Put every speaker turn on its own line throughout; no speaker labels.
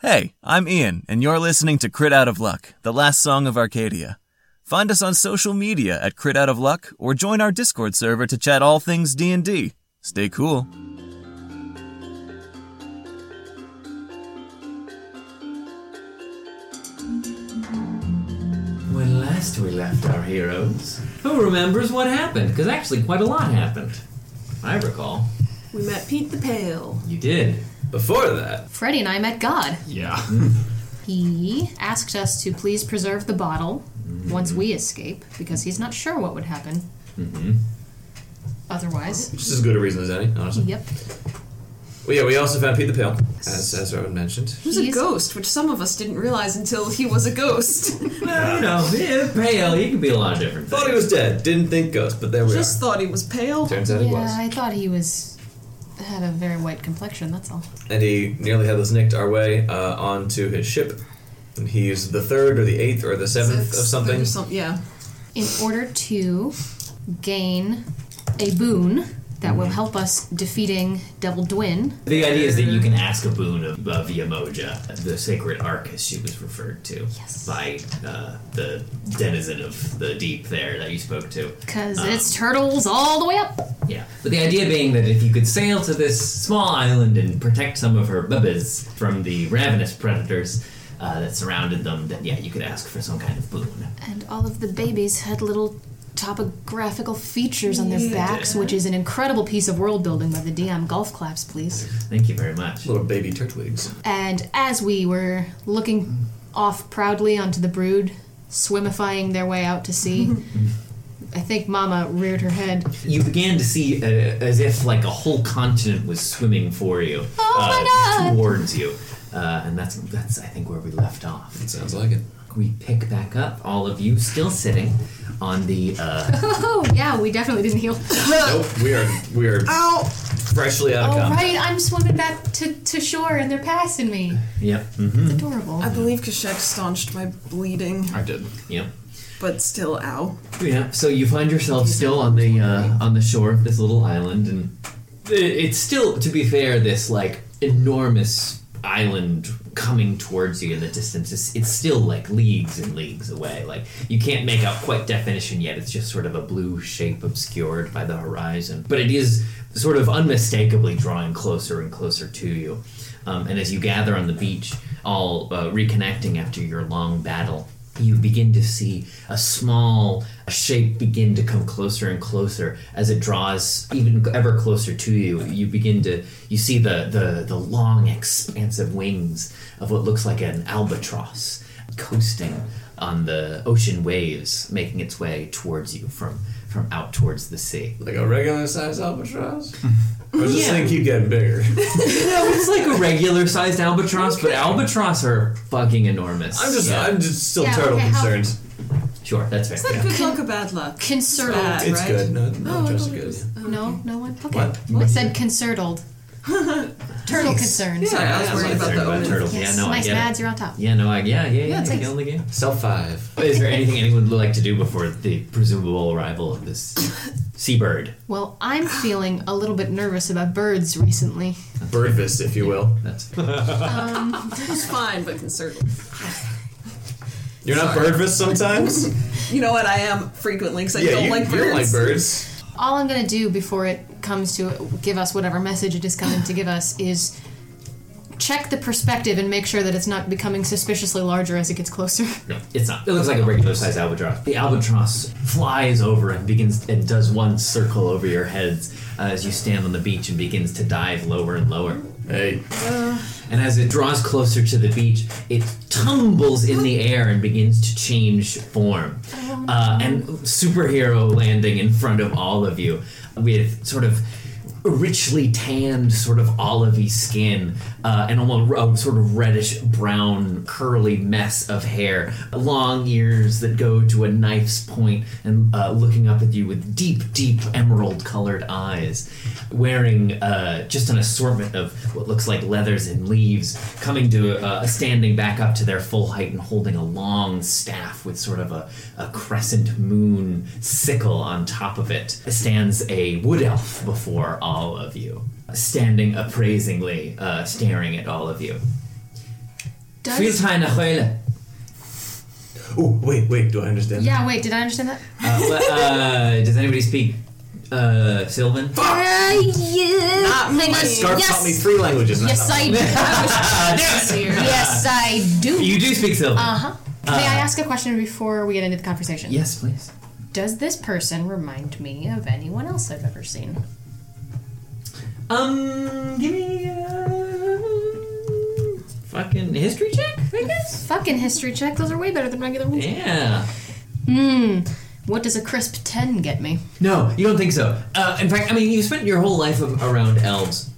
Hey, I'm Ian, and you're listening to Crit Out of Luck, the last song of Arcadia. Find us on social media at Crit Out of Luck, or join our Discord server to chat all things D&D. Stay cool.
When last we left our heroes,
Who remembers what happened? Because actually, quite a lot happened. I recall.
We met Pete the Pale.
You did.
before that,
Freddie and I met God.
Yeah.
He asked us to please preserve the bottle once we escape because he's not sure what would happen. Mm-hmm. Otherwise,
just as good a reason as any, honestly.
yep.
Well, yeah, we also found Pete the Pale, as as Rowan mentioned.
He was
He's-
a ghost, which some of us didn't realize until he was a ghost.
Well, you know, eh, pale. He can be a lot of different
Thought he
things.
was dead. Didn't think ghost, but there we
Just thought he was pale.
are. Turns out he
Yeah,
was,
I thought he was had a very white complexion. That's all.
and he nearly had us nicked our way uh, onto his ship. And he's the third or the eighth or the seventh of something.
Or some- yeah.
In order to gain a boon that will help us defeating Devil Dwin,
The idea is that you can ask a boon of, of Yamoja, the sacred ark, as she was referred to
Yes.
by uh, the denizen of the deep there that you spoke to. Um,
because it's turtles all the way up.
Yeah, but the idea being that if you could sail to this small island and protect some of her bubbies from the ravenous predators uh, that surrounded them, then yeah, you could ask for some kind of boon.
And all of the babies had little topographical features on their backs, which is an incredible piece of world building by the DM. Golf claps, please.
Thank you very much.
Little baby turtwigs.
And as we were looking off proudly onto the brood, swimifying their way out to sea, I think Mama reared her head.
You began to see uh, as if like a whole continent was swimming for you
Oh
uh,
my God.
towards you, uh, and that's that's I think where we left off.
Sounds like it.
We pick back up, all of you still sitting on the uh,
Oh, yeah, we definitely didn't heal.
Nope, we are we are
Ow!
freshly out of
Oh,
combat.
right, I'm swimming back to, to shore and they're passing me.
yep, mm-hmm,
Adorable.
I believe Kashek staunched my bleeding,
I did.
yep.
but still, ow.
Yeah, so you find yourself still on the uh, on the shore of this little island, and i- it's still, to be fair, this like enormous island coming towards you in the distance. It's, it's still like leagues and leagues away. Like you can't make out quite definition yet. It's just sort of a blue shape obscured by the horizon, but it is sort of unmistakably drawing closer and closer to you. Um, and as you gather on the beach, all uh, reconnecting after your long battle, you begin to see a small shape begin to come closer and closer as it draws even ever closer to you you begin to you see the the, the long expansive wings of what looks like an albatross coasting on the ocean waves making its way towards you from from out towards the sea
Like a regular sized albatross? or does this
Yeah.
thing keep getting bigger?
no it's like a regular sized albatross but albatross are fucking enormous
I'm just
Yeah.
I'm just still
Yeah,
turtle
okay, how-
concerned.
sure that's fair
Is that
yeah.
good luck or bad luck?
Concertled.
It's
right?
good. No, no,
Oh, I
just
thought it
good.
was-
No, no one. Okay.
What?
Well, I said concertled. Turtle concerned.
Yeah, I was
I'm
worried
not
about
concerned
the
about
omen.
turtles.
Yes,
Yeah, no, I
nice
get it.
ads. You're on top.
Yeah, no, I, yeah, yeah, yeah.
it's
yeah,
nice.
Kill the game.
Self five.
Is there anything anyone would like to do before the presumable arrival of this seabird?
Well, I'm feeling a little bit nervous about birds recently.
Birdvist, if you will.
That's
It's fine, but concertled.
You're not birdvist sometimes?
You know what? I am frequently because I
yeah,
don't
you,
like
you
birds.
don't like birds.
All I'm gonna do before it comes to give us whatever message it is coming to give us is check the perspective and make sure that it's not becoming suspiciously larger as it gets closer.
no, it's not. It looks like a regular sized albatross. The albatross flies over and begins and does one circle over your heads uh, as you stand on the beach and begins to dive lower and lower.
Hey,
And as it draws closer to the beach, it tumbles in the air and begins to change form. Uh, and superhero landing in front of all of you with sort of richly tanned, sort of olivey skin, uh, and almost a sort of reddish brown, curly mess of hair, long ears that go to a knife's point, and uh, looking up at you with deep, deep emerald colored eyes, wearing uh, just an assortment of what looks like leathers and leaves, coming to uh, standing back up to their full height and holding a long staff with sort of a, a crescent moon sickle on top of it, stands a wood elf before all of you, standing appraisingly, uh, staring at all of you.
Does
Filtrein Ahuela.
Oh, wait, wait. Do I understand?
yeah? Wait, did I understand that?
Uh, well, uh, does anybody speak uh, Sylvan?
Uh,
Not me. My scarf taught me three languages. and
Yes,
not
I
one.
do.
Sincere.
yes, I do.
You do speak Sylvan.
uh huh. May I ask a question before we get into the conversation?
Yes, please.
Does this person remind me of anyone else I've ever seen?
Um, give me uh, fucking history check, I guess.
Fucking history check. Those are way better than regular ones.
Yeah.
Hmm. What does a crisp ten get me?
No, you don't think so. Uh, in fact, I mean, you spent your whole life of, around elves,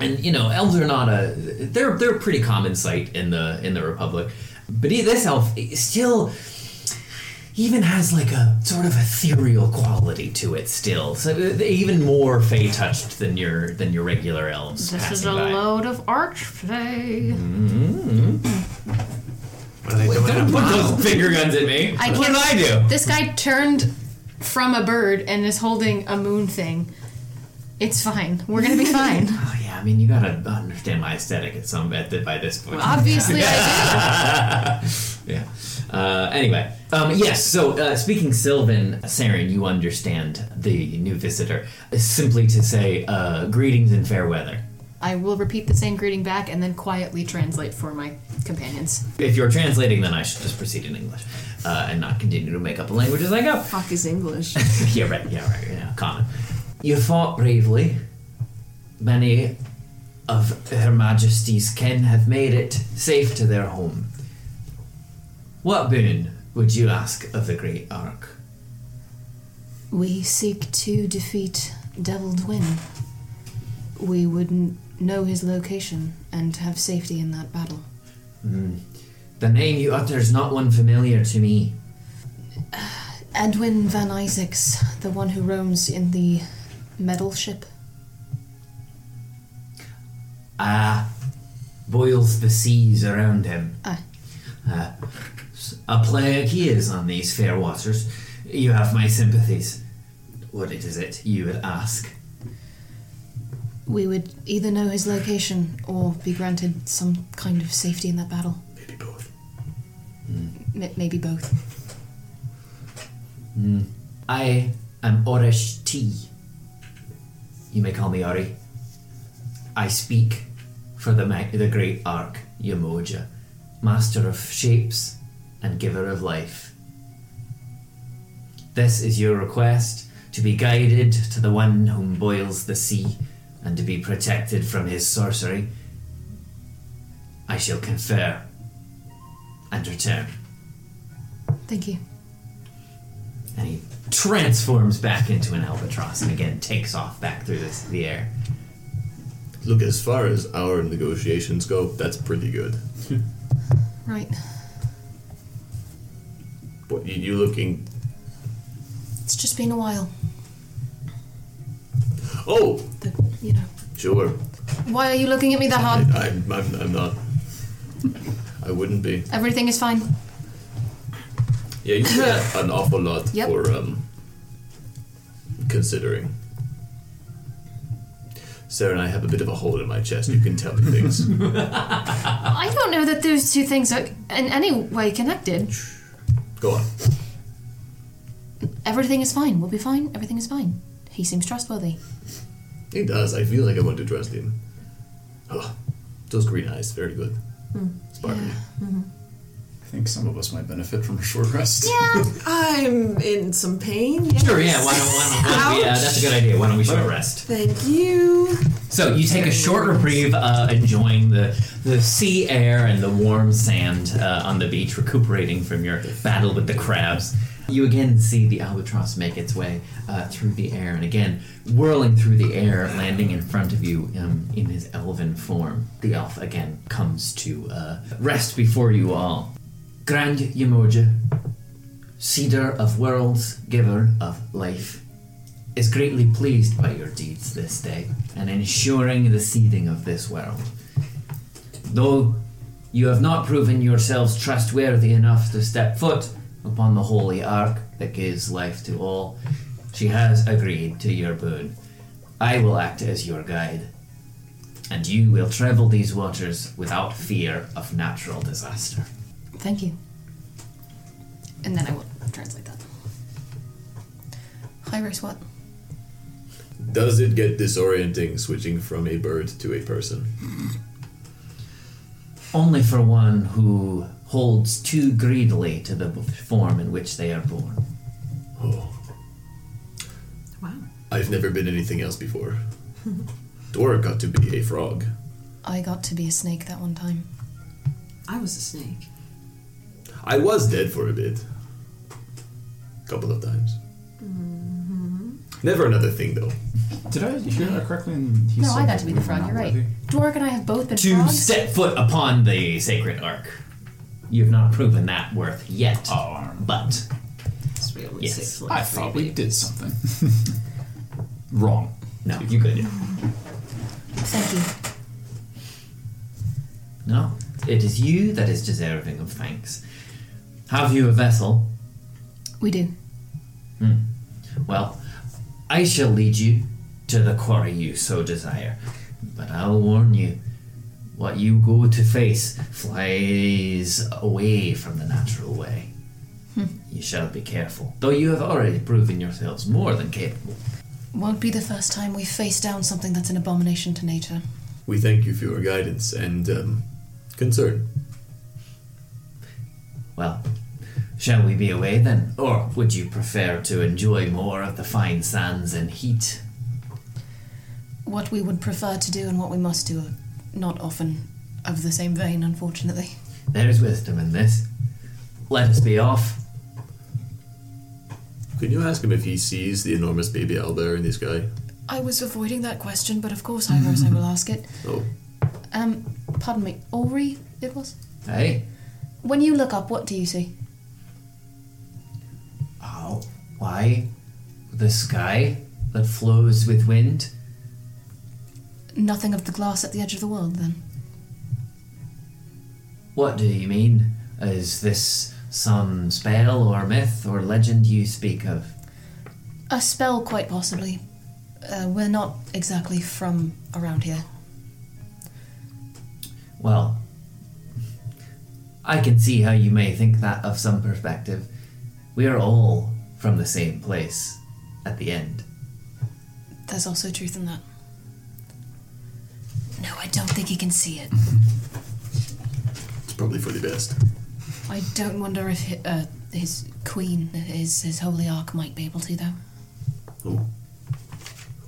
and you know, elves are not a they're they're a pretty common sight in the in the Republic. But e- this elf is still even has like a sort of ethereal quality to it still, so uh, even more fey touched than your than your regular elves.
This is
passing
a
by.
load of archplay.
What are they doing?
Don't put those finger guns at me.
I
what did I
can't-
do?
This guy turned from a bird and is holding a moon thing. It's fine. We're gonna be fine.
Oh yeah, I mean, you gotta understand my aesthetic at some at the, by this point.
Obviously, I
yeah. Uh, anyway, um, yes. So uh, speaking Sylvan, Saren, you understand the new visitor. Simply to say, uh, greetings in fair weather.
do. I will repeat the same greeting back and then quietly translate for my companions.
If you're translating, then I should just proceed in English uh, and not continue to make up a language as I go.
Fuck is English.
yeah, right. Yeah, right. Yeah, common. You fought bravely. Many of Her Majesty's kin have made it safe to their home. What boon would you ask of the Great Ark?
We seek to defeat Devil Dwin. We would know his location and have safety in that battle.
The name you utter is not one familiar to me.
Edwin Van Isaacs, the one who roams in the metal ship.
Ah, boils the seas around him.
Ah.
Ah, s- a plague he is on these fair waters. You have my sympathies. What is it you would ask?
We would either know his location or be granted some kind of safety in that battle.
Maybe both.
M- maybe both.
I am Orish T. You may call me Ori. I speak for the, ma- the great Ark Yamoja, master of shapes and giver of life. This is your request to be guided to the one whom boils the sea and to be protected from his sorcery. I shall confer and return
Thank you.
and he transforms back into an albatross and again takes off back through this, the air.
Look, as far as our negotiations go, that's pretty good.
Right.
What you, you looking?
It's just been a while.
Oh,
The, you know.
sure.
Why are you looking at me that
I,
hard?
I'm, I'm, I'm not. I wouldn't be.
Everything is fine.
Yeah, you said an awful lot
Yep.
for um, considering. Sarah and I have a bit of a hole in my chest. You can tell me things.
I don't know that those two things are in any way connected.
Go on.
Everything is fine. We'll be fine. Everything is fine. He seems trustworthy.
He does. I feel like I want to trust him. Oh, those green eyes, very good.
Hmm.
Sparkly.
I think some of us might benefit from a short rest.
Mm-hmm. Yeah.
I'm in some pain. yes.
Sure, yeah, why don't, why don't, why don't we, uh, that's a good idea. Why don't we short rest?
Thank you.
So you take a short reprieve, uh, enjoying the, the sea air and the warm sand uh, on the beach, recuperating from your battle with the crabs. You again see the albatross make its way uh, through the air and again whirling through the air, landing in front of you um, in his elven form. The elf again comes to uh, rest before you all. Grand Yemoja, cedar of worlds, giver of life, is greatly pleased by your deeds this day and ensuring the seeding of this world. Though you have not proven yourselves trustworthy enough to step foot upon the holy ark that gives life to all, she has agreed to your boon. I will act as your guide. and you will travel these waters without fear of natural disaster.
Thank you.
And then I will translate that.
Hi, race what?
Does it get disorienting switching from a bird to a person?
Only for one who holds too greedily to the form in which they are born.
Oh,
Wow.
I've never been anything else before. Dora got to be a frog.
I got to be a snake that one time.
I was a snake.
I was dead for a bit. Couple of times. Never another thing though.
Did I hear that correctly? And he
No,
said
I got to be the
we were
frog.
not
You're right.
worthy?
Dwark and I have both been
to
frogs.
set foot upon the sacred ark. You've not proven that worth yet, but
That's what we always
Yes.
say.
I thought we did something wrong.
no, you could.
Thank you.
No, it is you that is deserving of thanks. Have you a vessel?
We do.
Well, I shall lead you to the quarry you so desire, but I'll warn you. What you go to face flies away from the natural way. You shall be careful, though you have already proven yourselves more than capable.
Won't be the first time we face down something that's an abomination to nature.
We thank you for your guidance and um, concern.
Well, shall we be away then? Or would you prefer to enjoy more of the fine sands and heat?
What we would prefer to do and what we must do are not often of the same vein, unfortunately.
There is wisdom in this. Let us be off.
Can you ask him if he sees the enormous baby owlbear in the sky?
I was avoiding that question, but of course, Iris, I will ask it.
Oh,
Um, pardon me, Ori, it was?
Hey?
When you look up, what do you see?
Oh, why? The sky that flows with wind?
Nothing of the glass at the edge of the world, then.
What do you mean? Is this some spell or myth or legend you speak of?
A spell, quite possibly. Uh, we're not exactly from around here.
Well, I can see how you may think that of some perspective. We are all from the same place at the end.
There's also truth in that. No, I don't think he can see it.
it's probably for the best.
I don't wonder if hi uh, his queen, his, his holy ark, might be able to, though.
Oh.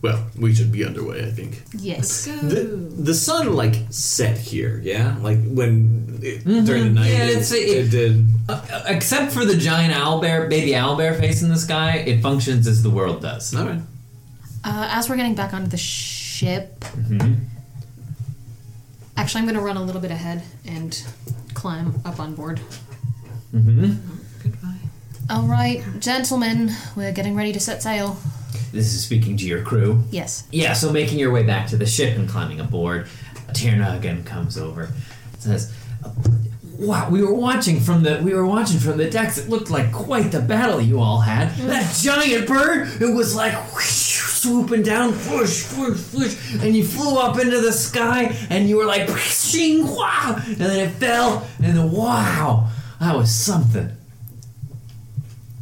Well, we should be underway, I think.
Yes.
The, the sun, like, set here, yeah? Like, when. It,
Mm-hmm.
During the night.
Yeah,
it-
it's-
it did.
Uh, except for the giant owlbear, baby owlbear face in the sky, it functions as the world does.
Alright.
Uh, as we're getting back onto the ship. Actually, I'm going to run a little bit ahead and climb up on board.
Goodbye.
All right, gentlemen, we're getting ready to set sail.
This is speaking to your crew.
Yes.
Yeah, so making your way back to the ship and climbing aboard, Tierna again comes over, says, "Wow, we were watching from the we were watching from the decks. It looked like quite the battle you all had. That giant bird, it was like whoosh, swooping down, whoosh, whoosh, whoosh, and you flew up into the sky, and you were like, shing, wow, and then it fell, and then wow, that was something."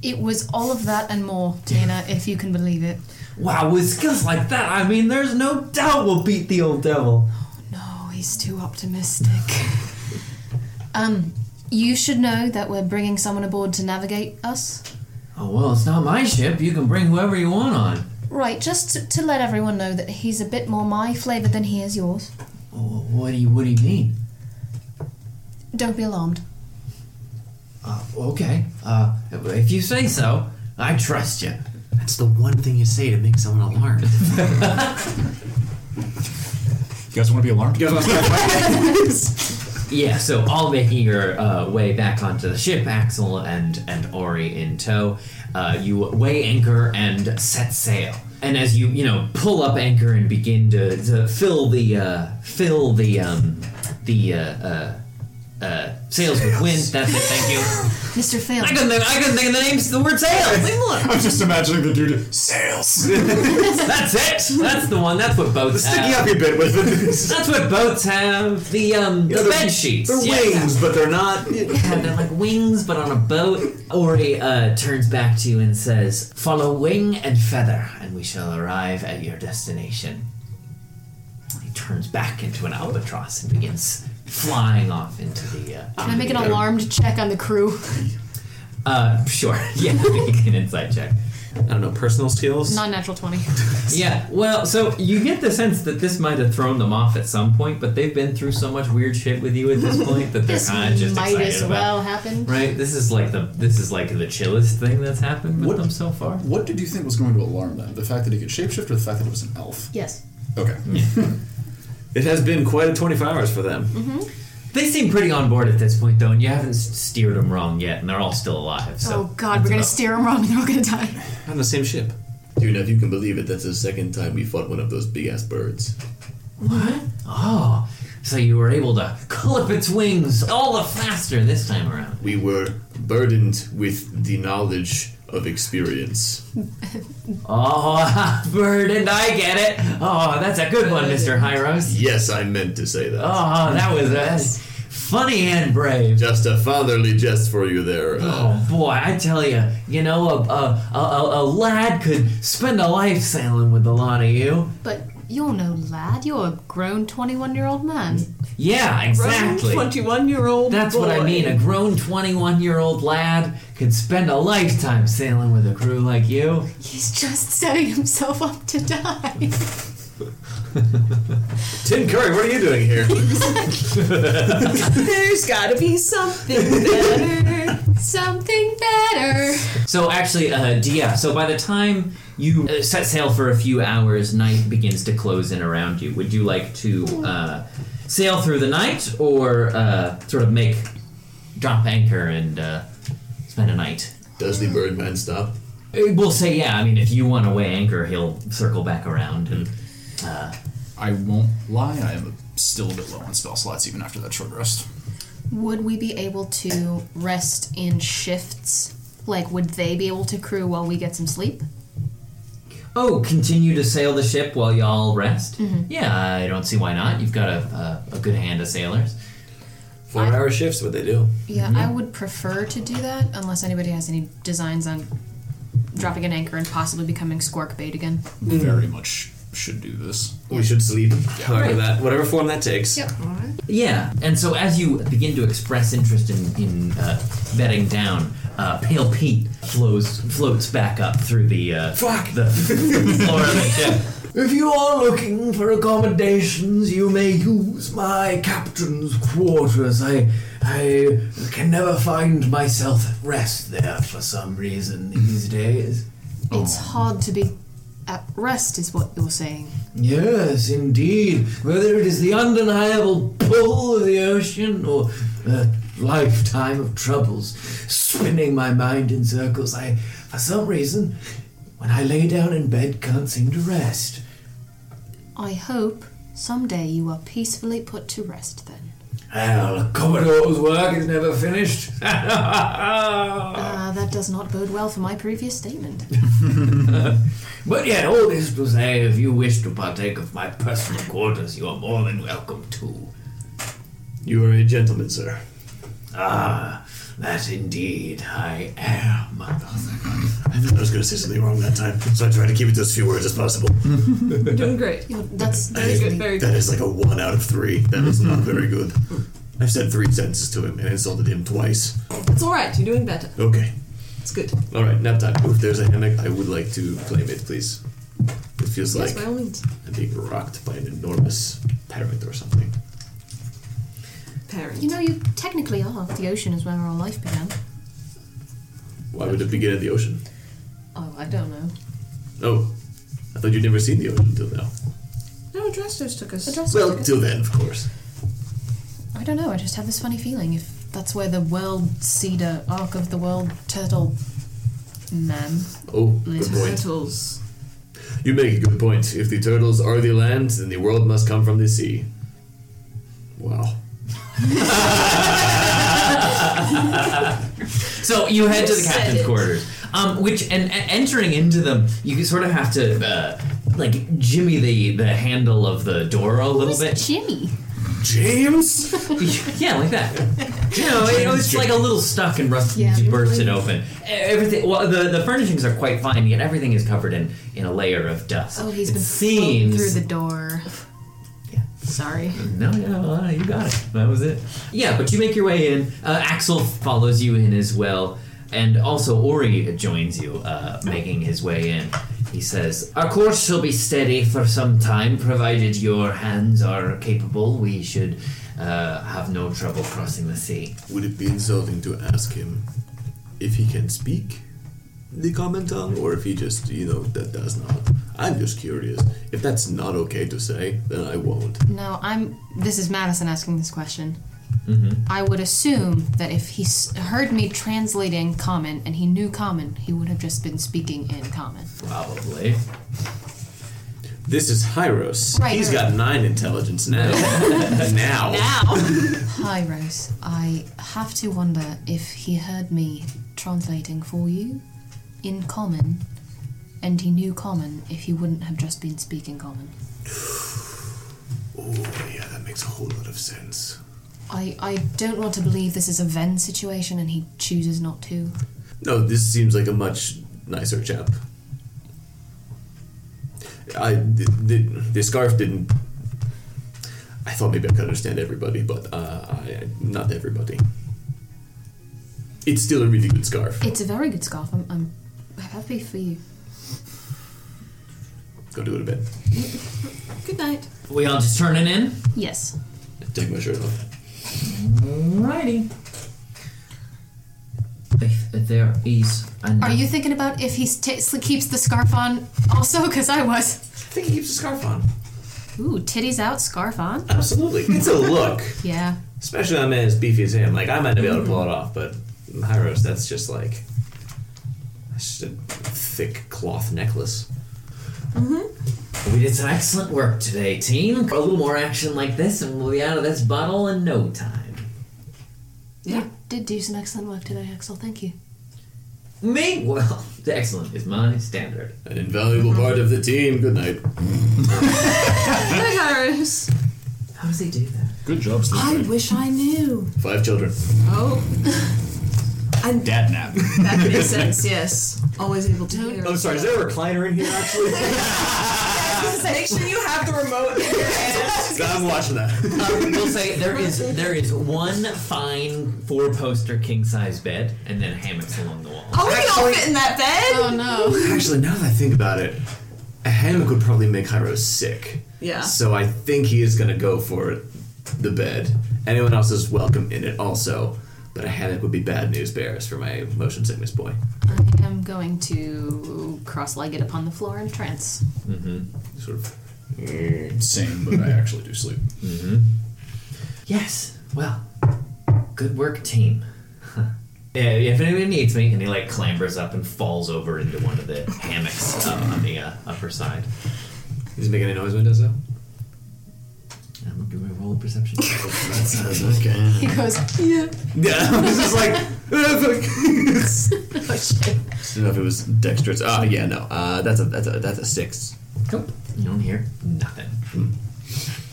It was all of that and more, Dana, if you can believe it.
Wow, with skills like that, I mean, there's no doubt we'll beat the old devil.
No, he's too optimistic. um, you should know that we're bringing someone aboard to navigate us.
Oh, well, it's not my ship. You can bring whoever you want on.
Right, just to, to let everyone know that he's a bit more my flavour than he is yours.
Oh, what do you What do you mean?
Don't be alarmed.
Uh, okay. Uh, if you say so, I trust you.
That's the one thing you say to make someone alarmed.
You guys want to be alarmed?
Yeah. So, all making your uh, way back onto the ship, Axel and and Ori in tow. Uh, you weigh anchor and set sail. And as you you know pull up anchor and begin to, to fill the uh, fill the um, the uh, uh, uh, Sales with wind. That's it. Thank you.
Mr. Fail.
I couldn't think. I couldn't think of the names. The word sales.
I'm just imagining the dude sales.
That's it. That's the one. That's what boats
Sticking
have.
up a bit with it.
That's what boats have. The um the
they're-
bed sheets.
They're
Yeah.
wings, but they're not.
Yeah, they're like wings, but on a boat. Ori uh, turns back to you and says, "Follow wing and feather, and we shall arrive at your destination." He turns back into an albatross and begins flying off into the. Uh,
Can I make an alarmed check on the crew?
uh, sure. Yeah, make an inside check.
I don't know, personal skills?
Non natural 20.
Yeah, well, so you get the sense that this might have thrown them off at some point, but they've been through so much weird shit with you at this point that they're
This
kind of just
might
excited
as
about.
well happen.
Right, this is like the this is like the chillest thing that's happened with
What-
them so far.
What did you think was going to alarm them? The fact that he could shapeshift or the fact that it was an elf?
Yes.
Okay.
It has been quite a 24 hours for them.
They seem pretty on board at this point, though, and you haven't s- steered them wrong yet, and they're all still alive. So
oh god, we're gonna steer them wrong and they're all gonna die.
On the same ship.
Dude, if you can believe it, that's the second time we fought one of those big ass birds.
Oh, so you were able to clip its wings all the faster this time around.
We were burdened with the knowledge of experience.
Oh, bird, and I get it. Oh, that's a good one, Mister Hyros.
Yes, I meant to say that.
Oh, that was that's funny and brave.
Just a fatherly jest for you there. Uh,
Oh boy, I tell you, you know, a, a, a, a- a lad could spend a life sailing with the lot of you.
But you're no lad, you're a grown 21 year old man.
Yeah, exactly.
Twenty-one-year-old.
That's what I
boy.
mean. A grown 21 year old lad could spend a lifetime sailing with a crew like you.
He's just setting himself up to die.
Tim Curry, what are you doing here?
There's gotta be something better.
Something better.
So, actually, uh, d- yeah, so by the time you uh, set sail for a few hours, night begins to close in around you. Would you like to uh, sail through the night or uh, sort of make drop anchor and uh, spend a night?
does the Birdman stop?
Uh, We'll say, yeah, I mean, if you want to weigh anchor, he'll circle back around and.
Mm-hmm.
I won't lie, I am still a bit low on spell slots even after that short rest.
Would we be able to rest in shifts? Like, would they be able to crew while we get some sleep?
Oh, continue to sail the ship while y'all rest? Yeah, I don't see why not. You've got a, a, a good hand of sailors.
Four hour shifts, what they do.
Yeah, I would prefer to do that unless anybody has any designs on dropping an anchor and possibly becoming squark bait again.
Very much should do this.
We should sleep. However, that, whatever form that takes.
Yep.
Yeah, and so as you begin to express interest in, in uh, bedding down, uh, Pale Pete flows, floats back up through the, uh,
Fuck.
the floor of the ship. If you are looking for accommodations, you may use my captain's quarters. I, I can never find myself at rest there for some reason these days.
It's hard to be at rest, is what you're saying.
Yes, indeed. Whether it is the undeniable pull of the ocean or a lifetime of troubles spinning my mind in circles, I, for some reason, when I lay down in bed, can't seem to rest.
I hope someday you are peacefully put to rest then.
Well, a Commodore's work is never finished. but
Uh, that does not bode well for my previous statement.
yet, all this to say, if you wish to partake of my personal quarters, you are more than welcome to.
You are a gentleman, sir.
Ah, that indeed I am.
I was gonna say something wrong that time, so I tried to keep it to as few words as possible.
You're doing great.
You're, that's
Very good, very
That
good.
is like a one out of three. That is not very good. I've said three sentences to him and insulted him twice.
It's alright, you're doing better.
Okay.
It's good.
All right, nap time. If there's a hammock, I would like to claim it, please. It feels
Yes,
like
by all means.
I'm being rocked by an enormous parrot or something.
Parent.
You know, you technically are. The ocean is where our life began.
Why would it begin at the ocean?
Oh, I don't know.
Oh, I thought you'd never seen the ocean till now.
no, Dressers took us.
Well, till then, of course.
I don't know. I just have this funny feeling if that's where the world cedar arc of the world turtle man.
Oh, good
Little
point.
Turtles.
You make a good point. If the turtles are the land, then the world must come from the sea. Wow.
So you head to the
Said
captain's
it.
quarters, um, which and, and entering into them, you sort of have to uh, like jimmy the the handle of the door a little
Who's
bit.
Jimmy?
James?
yeah, like that. You know, it was like a little stuck and rust
Yeah.
bursts it open. E, Everything. Well, the, the furnishings are quite fine, yet everything is covered in in a layer of dust.
Oh, he's
it
been floating
seems.
through the door.
Yeah.
Sorry.
No, yeah, well, uh, you got it. That was it. Yeah, but you make your way in. Uh, Axel follows you in as well, and also Ori joins you, uh, making his way in. He says, "Our course shall be steady for some time, provided your hands are capable. We should uh, have no trouble crossing the sea."
Would it be insulting to ask him if he can speak the common tongue or if he just, you know, that does not? I'm just curious. If that's not okay to say, then I won't.
No, I'm. This is Madison asking this question. I would assume that if he s- heard me translating common and he knew common, he would have just been speaking in common.
Probably.
This is Hyros.
Right,
He's
right.
got nine intelligence now. now.
Hi, Rose. I have to wonder if he heard me translating for you in common and he knew common if he wouldn't have just been speaking common.
Oh, yeah, that makes a whole lot of sense.
I, I don't want to believe this is a Ven situation and he chooses not to.
No, this seems like a much nicer chap. I the, the, the scarf didn't. I thought maybe I could understand everybody, but uh, I, not everybody. It's still a really good scarf.
It's a very good scarf. I'm, I'm happy for you.
Go do it a bit.
Good night.
We all just turning in.
Yes.
Take my shirt off.
Alrighty. If there is another.
Are you thinking about if he sta keeps the scarf on also? Because I was.
I think he keeps the scarf on.
Ooh, titties out, scarf on?
Absolutely, it's a look,
Yeah.
Especially on a man as beefy as him. Like, I might not be able to pull it
Mm.
off, but Hyros, that's just like. That's just a thick cloth necklace.
We did some excellent work today, team. A little more action like this, and we'll be out of this bottle in no time.
Yeah. Did do some excellent work today, Axel. Thank you.
Me? Well, the excellent is my standard.
an invaluable part of the team. Good night.
Hi, Harris.
How does he do that?
Good job, Steve.
I wish I knew.
Five children.
Oh,
Dad nap.
that makes sense. Yes, always able to hear.
Oh,
I'm sorry, is there a recliner in here, actually?
Make sure you have the remote in your hand.
I'm watching that.
we'll say there is there is one fine four poster king size bed, and then hammocks along the wall.
Oh, we can all fit in that
Uh,
bed.
no.
Actually, now that I think about it, a hammock would probably make Hyros sick.
Yeah.
So I think he is going to go for it, the bed. Anyone else is welcome in it also, but a hammock would be bad news bears for my motion sickness boy.
I am going to cross legged upon the floor in a trance.
Sort of.
Mm. Same, but I actually do sleep.
Yes. Well, good work, team. Huh. Yeah, if anyone needs me, and he like clambers up and falls over into one of the hammocks uh, on the uh, upper side.
Is he making any noise when he does that?
Um, do I roll a perception?
That sounds okay.
He goes,
Yeah, I was just like, ah, fuck.
oh shit.
Just enough it was dexterous. Ah, yeah, no. Uh, that's a that's a that's a six.
nope. You don't hear nothing.
Hmm.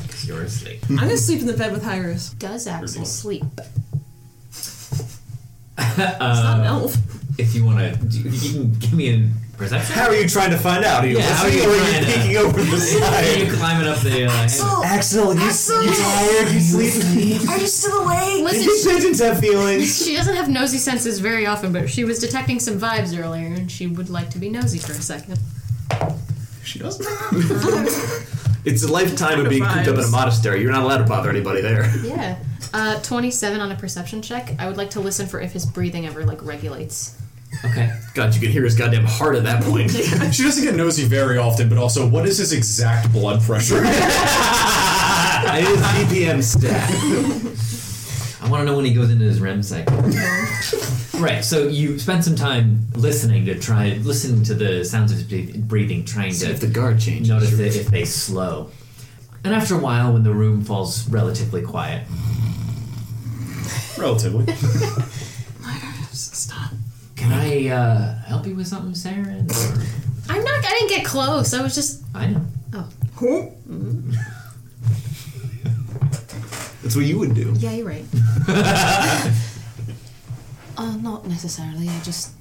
Because you're asleep.
I'm gonna sleep in the bed with Hyros.
Does Axel sleep?
It's not an elf.
If you want to, you can give me a perception.
How are you trying to find out? Are you
Yeah, how are
listening
you
or are
trying to-
you peeking over the
Are you
side?
climbing up the? Uh, hammock?
Axel, you, you tired? You sleepy?
Are you still awake?
Listen,
Pigeons have feelings.
she doesn't have nosy senses very often, but she was detecting some vibes earlier and she would like to be nosy for a second.
She doesn't.
It's a lifetime of being cooped up in a
Vibes.
monastery. You're not allowed to bother anybody there.
Yeah. Uh, 27 on a perception check. I would like to listen for if his breathing ever, like, regulates.
Okay.
God, you can hear his goddamn heart at that point.
She doesn't get nosy very often, but also, what is his exact blood pressure?
I need his BPM stat.
I want to know when he goes into his REM cycle. right. So you spent some time listening to try listening to the sounds of his breath- breathing, trying
See if the
to
guard changes.
notice it if they slow. And after a while, when the room falls relatively quiet,
Relatively.
Stop.
Can I uh, help you with something, Sarah? Or-
I'm not. I didn't get close. I was just.
I know.
That's what you would do.
Yeah, you're right. uh, not necessarily. I just.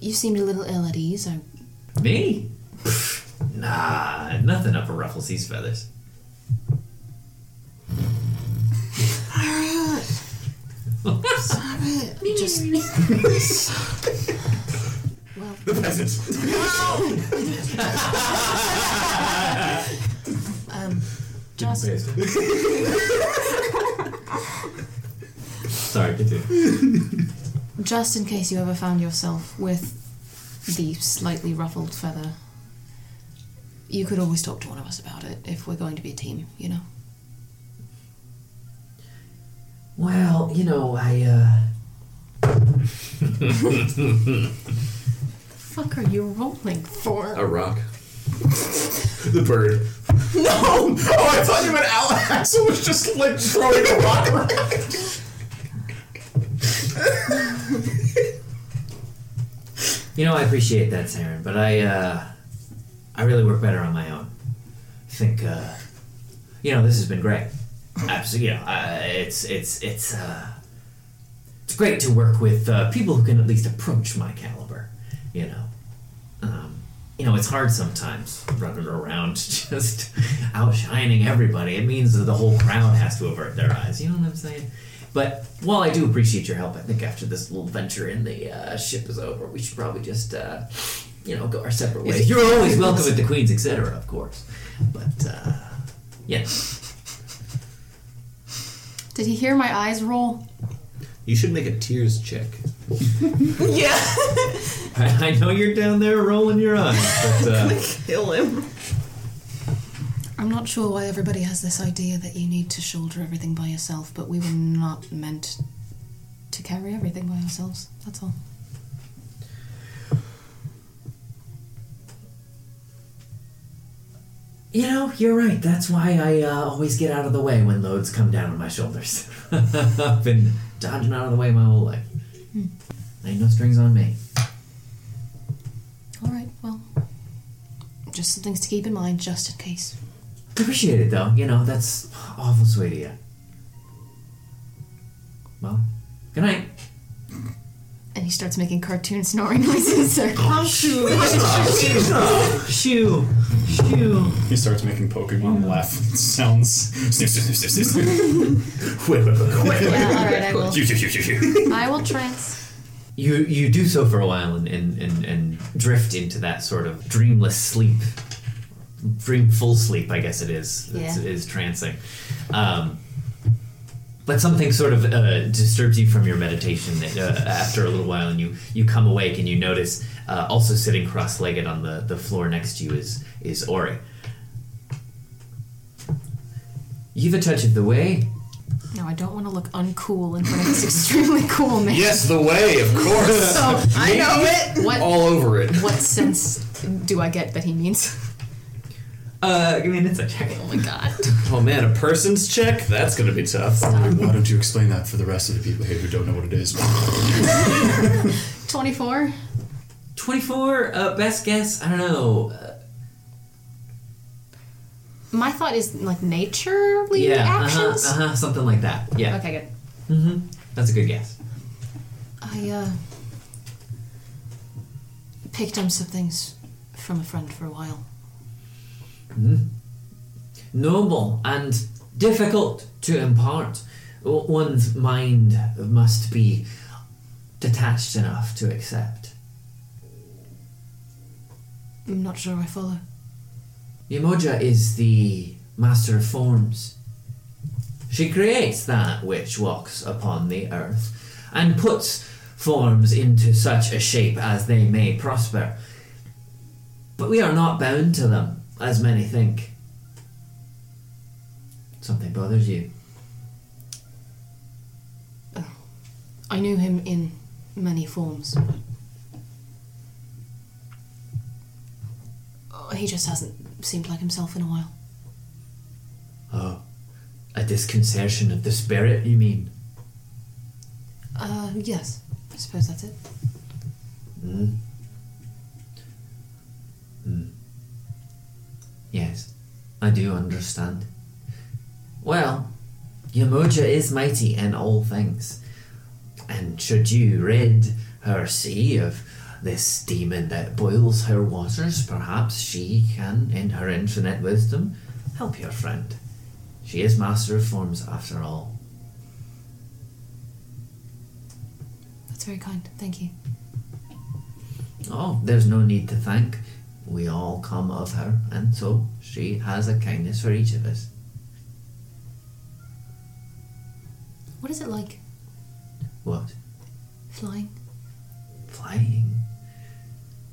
You seemed a little ill at ease. I,
Me? Pfft, nah, nothing up a ruffles these feathers.
just. well,
The peasants.
um, just
Sorry, continue.
just in case you ever found yourself with the slightly ruffled feather, you could always talk to one of us about it if we're going to be a team. You know.
Well, you know, I, uh.
Fuck are you rolling for?
A rock.
the bird. No! Oh, I thought you meant Al Axel was just like throwing a rock around.
You know, I appreciate that, Saren, but I, uh. I really work better on my own. I think, uh. You know, this has been great. Absolutely, you know, uh, it's, it's, it's, uh. It's great to work with uh, people who can at least approach my caliber, you know. Um, you know, it's hard sometimes running around just outshining everybody. It means that the whole crowd has to avert their eyes. You know what I'm saying? But while I do appreciate your help, I think after this little venture in the uh, ship is over, we should probably just, uh, you know, go our separate ways. You're always welcome at the Queen's, etc., of course. But, uh, yeah.
Did he hear my eyes roll?
You should make a tears check.
yeah,
I, I know you're down there rolling your eyes, but, uh,
kill him.
I'm not sure why everybody has this idea that you need to shoulder everything by yourself, but we were not meant to carry everything by ourselves. That's all.
You know, you're right. That's why I uh, always get out of the way when loads come down on my shoulders. I've been dodging out of the way my whole life. Ain't no strings on me.
All right, well, just some things to keep in mind, just in case.
Appreciate it though. You know, that's awful sweet of you. Well, good night.
And he starts making cartoon snoring noises. Sir.
Shoo, shoo.
He starts making Pokemon laugh sounds. Sniff, sniff, sniff, sniff, sniff.
Wait, wait, wait, wait.
yeah, all right, I will.
Shoo, shoo, shoo, shoo, shoo.
I will trance.
You you do so for a while and and, and, and drift into that sort of dreamless sleep, dream full sleep, I guess it is. It's,
Yeah.
is trancing, um, but something sort of uh, disturbs you from your meditation. That, uh, after a little while, and you you come awake and you notice uh, also sitting cross-legged on the, the floor next to you is is Ori. You've a touch of the way.
No, I don't want to look uncool in front of this extremely cool man.
Yes, the way, of course.
So
I know it.
what
All over it.
what sense do I get that he means?
Uh, give me an insight check.
Oh my god.
Oh man, a person's check? That's gonna be tough.
Why don't you explain that for the rest of the people here who don't know what it is?
24?
24 uh, best guess i don't know uh,
My thought is like naturely
yeah uh-huh,
actions.
uh-huh, something like that yeah
Okay, good.
that's a good guess
I uh, picked up some things from a friend for a while.
noble and difficult to impart O- one's mind must be detached enough to accept
I'm not sure I follow.
Yamoja is the master of forms. She creates that which walks upon the earth and puts forms into such a shape as they may prosper. But we are not bound to them, as many think. Something bothers you.
I knew him in many forms. But... Oh, he just hasn't seemed like himself in a while.
Oh, a disconcertion of the spirit, you mean?
Uh, yes, I suppose that's it.
Yes, I do understand. Well, Yamoja is mighty in all things, and should you rid her sea of this demon that boils her waters, perhaps she can, in her infinite wisdom, help your friend. She is master of forms after all.
That's very kind. Thank you.
Oh, there's no need to thank. We all come of her, and so she has a kindness for each of us.
What is it like
What?
flying?
Flying?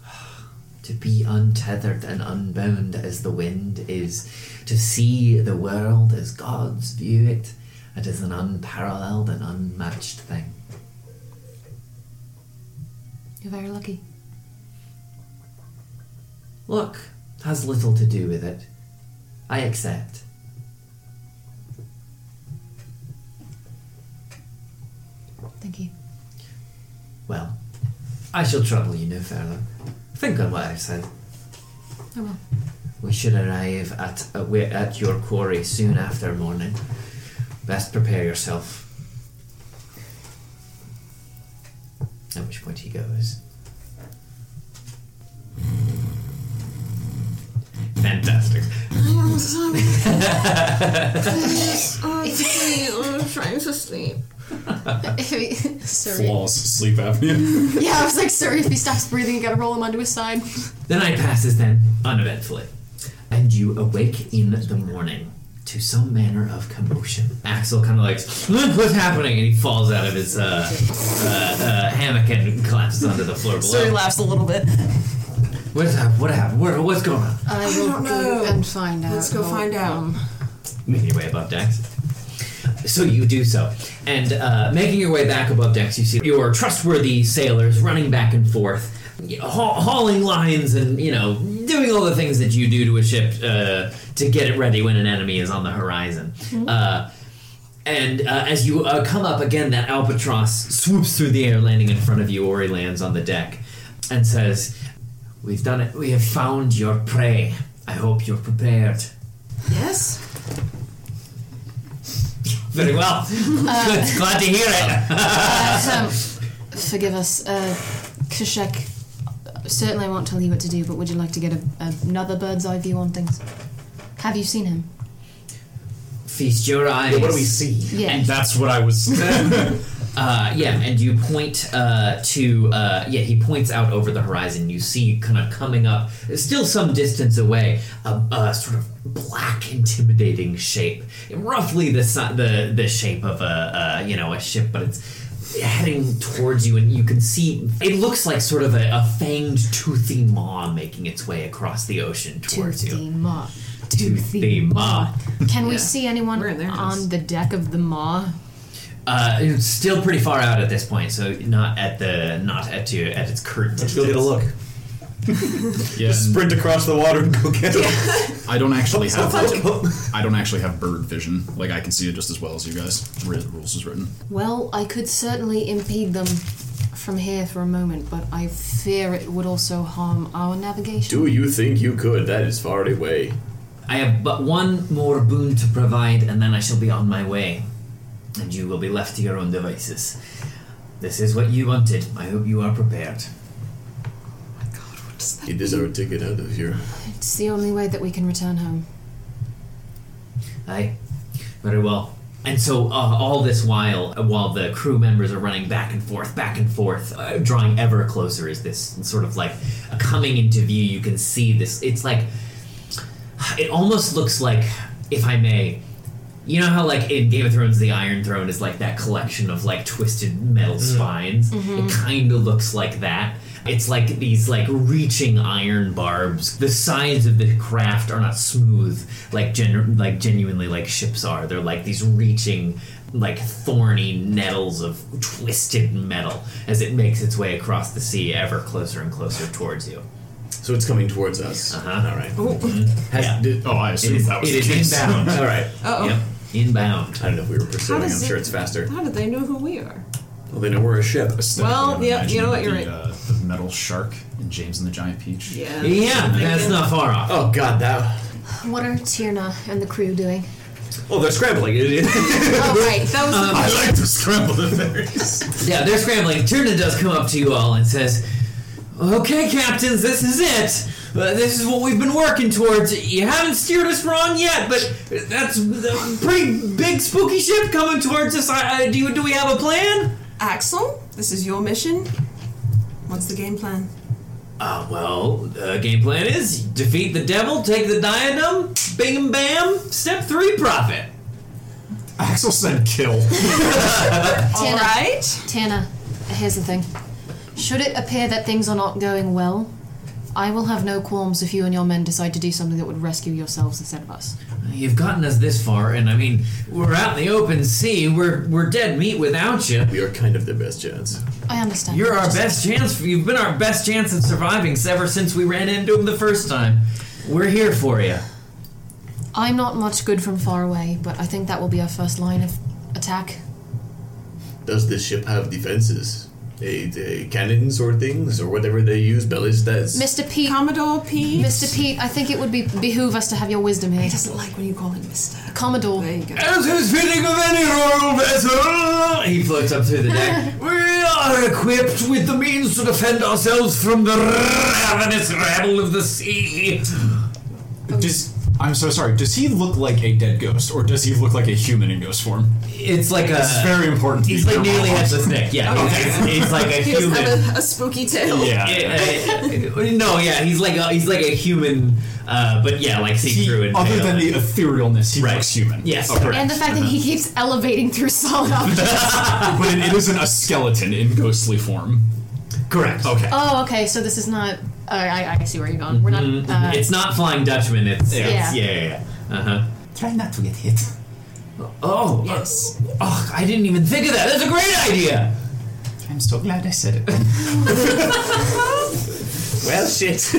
to be untethered and unbound as the wind is, to see the world as gods view it, it is an unparalleled and unmatched thing.
You're very lucky.
Look, has little to do with it. I accept.
Thank you.
Well, I shall trouble you no further. Think on what I've said.
I will.
We should arrive at at, where- at your quarry soon after morning. Best prepare yourself. At which point he goes. Fantastic.
I'm trying to sleep.
sorry.
Flawless sleep apnea.
Yeah, I was like, sorry, if he stops breathing, you gotta roll him onto his side.
The night passes then, uneventfully, and you awake in the morning to some manner of commotion. Axel kind of like, look what's happening, and he falls out of his uh, uh, uh, hammock and collapses onto the floor below.
Sorry, laughs a little bit.
What's happened? What happened? What, what's going on?
I will
don't know.
go and find out.
Let's go
Oh,
find out.
making your way above decks. So you do so, and uh, making your way back above decks, you see your trustworthy sailors running back and forth, haul- hauling lines, and you know doing all the things that you do to a ship uh, to get it ready when an enemy is on the horizon. Uh, and uh, as you uh, come up again, that albatross swoops through the air, landing in front of you, or he lands on the deck, and says, "We've done it. We have found your prey. I hope you're prepared."
Yes?
Very well. Good. Glad to hear it.
Um, forgive us, uh, Kashek. Certainly, I won't tell you what to do, but would you like to get a, another bird's eye view on things? Have you seen him?
Feast your eyes.
What do we see?
Yeah.
And that's what I was.
Uh, yeah, and you point uh, to uh, yeah. He points out over the horizon. You see, kind of coming up, still some distance away, a, a sort of black, intimidating shape, roughly the si- the the shape of a, a you know a ship, but it's heading towards you, and you can see it looks like sort of a, a fanged, toothy maw making its way across the ocean towards you.
Toothy Maw.
Toothy maw.
Can we see anyone
We're in there, yes.
on the deck of the Maw?
Uh, it's still pretty far out at this point, so not at the not at your, at its current.
Let's go get a look.
Yeah, and
Sprint across the water and go get it.
I don't actually have. I don't actually have bird vision. Like I can see it just as well as you guys. Where the rules is written.
Well, I could certainly impede them from here for a moment, but I fear it would also harm our navigation.
Do you think you could? That is far away.
I have but one more boon to provide, and then I shall be on my way, and you will be left to your own devices. This is what you wanted. I hope you are prepared.
It is our ticket out of here.
It's the only way that we can return home.
Aye, very well. And so, uh, all this while, uh, while the crew members are running back and forth, back and forth, uh, drawing ever closer, is this sort of like uh, coming into view? You can see this. It's like it almost looks like, if I may, you know how like in Game of Thrones, the Iron Throne is like that collection of like twisted metal
Mm.
spines. It kind of looks like that. It's like these like reaching iron barbs. The sides of the craft are not smooth, like gen- like genuinely like ships are. They're like these reaching like thorny nettles of twisted metal as it makes its way across the sea ever closer and closer towards you.
So it's coming towards us.
Uh-huh.
All right.
Yeah.
Oh, I
It
assumed
is,
that was
it
the
is
case.
inbound. All right.
Uh-oh.
Yep. Inbound.
I don't know if we were pursuing. I'm
does it-
sure it's faster.
How did they know who we are?
Well, they know we're a ship.
aesthetic
Well,
I'm
yeah, you know what,
imagining
you're
the, Uh, the metal shark and James and the Giant Peach.
Yeah.
Yeah, that's not far off.
Oh God, that.
What are Tierna and the crew doing?
Oh, they're scrambling.
oh, right. That was
I like to scramble the berries.
Yeah, they're scrambling. Tierna does come up to you all and says, Okay, captains, this is it. Uh, this is what we've been working towards. You haven't steered us wrong yet, but that's a pretty big spooky ship coming towards us. I, I, do, you- do we have a plan?
Axel, this is your mission. What's the game plan?
Uh, well, the game plan is defeat the devil, take the diadem, bing bam, step three profit.
Axel said kill.
Tierna.
Alright.
Tana, here's the thing. Should it appear that things are not going well, I will have no qualms if you and your men decide to do something that would rescue yourselves instead of us.
You've gotten us this far, and I mean, we're out in the open sea. We're, we're dead meat without you.
we are kind of their best chance.
I understand.
You're our best chance. You've been our best chance at surviving ever since we ran into him the first time. We're here for you.
I'm not much good from far away, but I think that will be our first line of attack.
Does this ship have defenses? A, a cannons or things or whatever they use, bellies that's
Mr. Pete,
Commodore P.
Mr. Pete, I think it would be behoove us to have your wisdom
He
here.
doesn't like when you call him Mr.
Commodore,
There you go.
As is fitting of any royal vessel, he floats up through the deck. we are equipped with the means to defend ourselves from the ravenous rabble of the sea.
Does, I'm so sorry. Does he look like a dead ghost, or does he look like a human in ghost form?
It's like a.
It's very important. To
Uh, He's
be
like
careful
nearly
of.
at the neck. Yeah, he's, he's like a
He doesn't
human.
have a, a spooky tail.
Yeah.
Uh, no, yeah, he's like a, he's like a human, uh, but yeah, like see
He-
through and
other
pale
than
and-
the etherealness, he
Right.
looks human.
Yes.
Oh, correct.
and the fact that he keeps elevating through solid objects.
but it, it isn't a skeleton in ghostly form.
correct.
Okay.
oh, okay. So this is not. Uh, I, I see where you're going. We're not. Uh,
it's not Flying Dutchman. It's
Yeah.
it's- yeah, yeah, yeah. Uh huh.
Try not to get hit.
Oh,
Yes.
oh, I didn't even think of that. That's a great idea.
I'm so glad I said it.
Well, shit.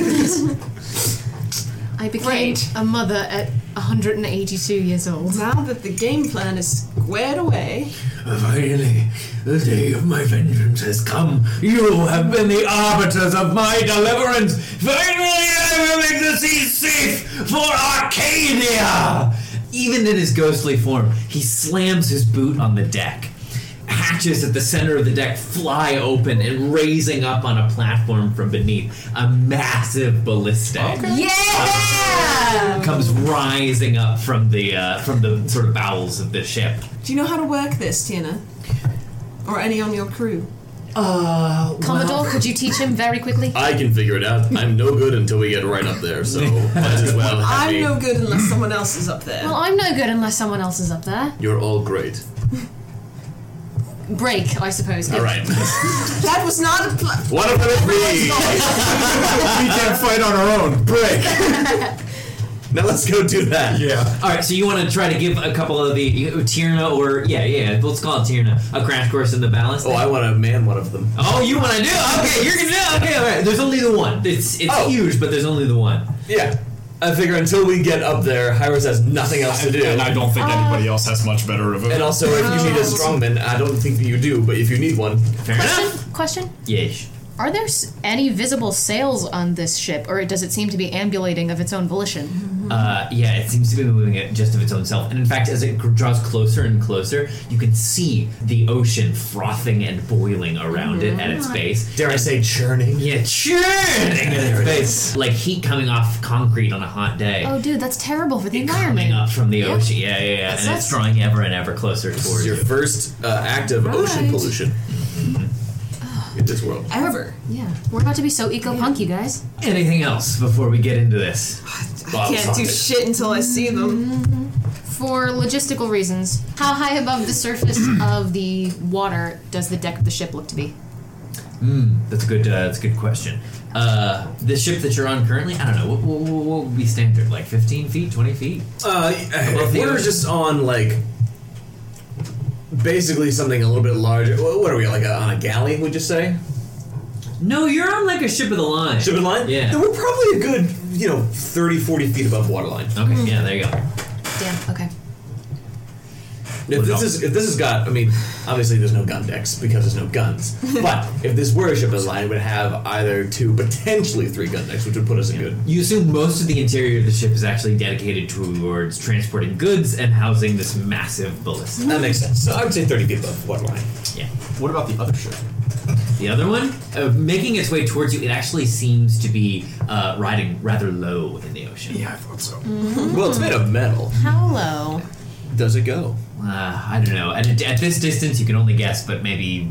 I became
Right.
a mother at 182 years old.
Now that the game plan is squared away,
Finally, the day of my vengeance has come. You have been the arbiters of my deliverance. Finally, I will make the sea safe for Arcadia. Even in his ghostly form, he slams his boot on the deck. Hatches at the center of the deck fly open and raising up on a platform from beneath a massive ballista
Yeah!
comes rising up from the uh, from the sort of bowels of the ship.
do you know how to work this, Tina? Or any on your crew?
Uh,
Commodore, could you teach him very quickly?
I can figure it out. I'm no good until we get right up there, so might as well have
I'm
me.
no good unless someone else is up there.
Well, I'm no good unless someone else is up there.
You're all great.
Break, I suppose.
All right.
That was not a plan.
One of them is me.
we can't fight on our own. Break.
Now let's go do that.
Yeah.
All right, so you want to try to give a couple of the Tierna or yeah, yeah, let's call it Tierna a crash course in the ballast.
oh, I want to man one of them.
Oh, you want to do? Okay, you're gonna do. Okay, all right. There's only the one. It's it's
Oh.
huge, but there's only the one.
Yeah. I figure until we get up there, Hyros has nothing else to do.
And I don't think anybody else has much better of
And
a.
also, if you need a strongman, I don't think that you do, but if you need one,
Fair enough.
Question? Question?
Yes.
Are there s- any visible sails on this ship, or does it seem to be ambulating of its own volition?
Uh, yeah, it seems to be moving it just of its own self. And in fact, as it gr- draws closer and closer, you can see the ocean frothing and boiling around it at its base.
dare I say churning?
Yeah, churning at its base. Like heat coming off concrete on a hot day.
Oh, dude, that's terrible for the environment.
coming up from the
Yep.
ocean. Yeah, yeah, yeah.
That's
and
us.
it's drawing ever and ever closer
This
towards
is your
you.
first uh, act of ocean
Right.
pollution in this world.
Ever.
Yeah, we're about to be so eco-punk, you guys.
Anything else before we get into this?
I
Bob
can't do
Saunders.
shit until I see them.
For logistical reasons, how high above the surface of the water does the deck of the ship look to be?
That's a good. Uh, that's a good question. Uh, the ship that you're on currently, I don't know. What, what, what what would be standard? Like 15 feet, 20 feet? Above
Uh, if
the
we're
ocean.
just on like basically something a little bit larger. wha- What are we like a, on a galley? Would you say
No, you're on like a ship of the line.
ship in line?
Yeah.
Then we're probably a good you know 30, 40 feet above waterline.
Okay. Yeah. There you go.
Damn. Okay.
If this is if this is God, I mean, obviously there's no gun decks because there's no guns. But if this were a shipless line, it would have either two, potentially three gun decks, which would put us in good.
You assume most of the interior of the ship is actually dedicated towards transporting goods and housing this massive ballista.
That makes sense. So I would say 30 feet above one line.
Yeah.
What about the other ship?
The other one, uh, making its way towards you, it actually seems to be uh, riding rather low in the ocean.
Yeah, I thought so.
Well, it's made of metal.
How low?
Does it go?
Uh, I don't know. At, at this distance, you can only guess, but maybe,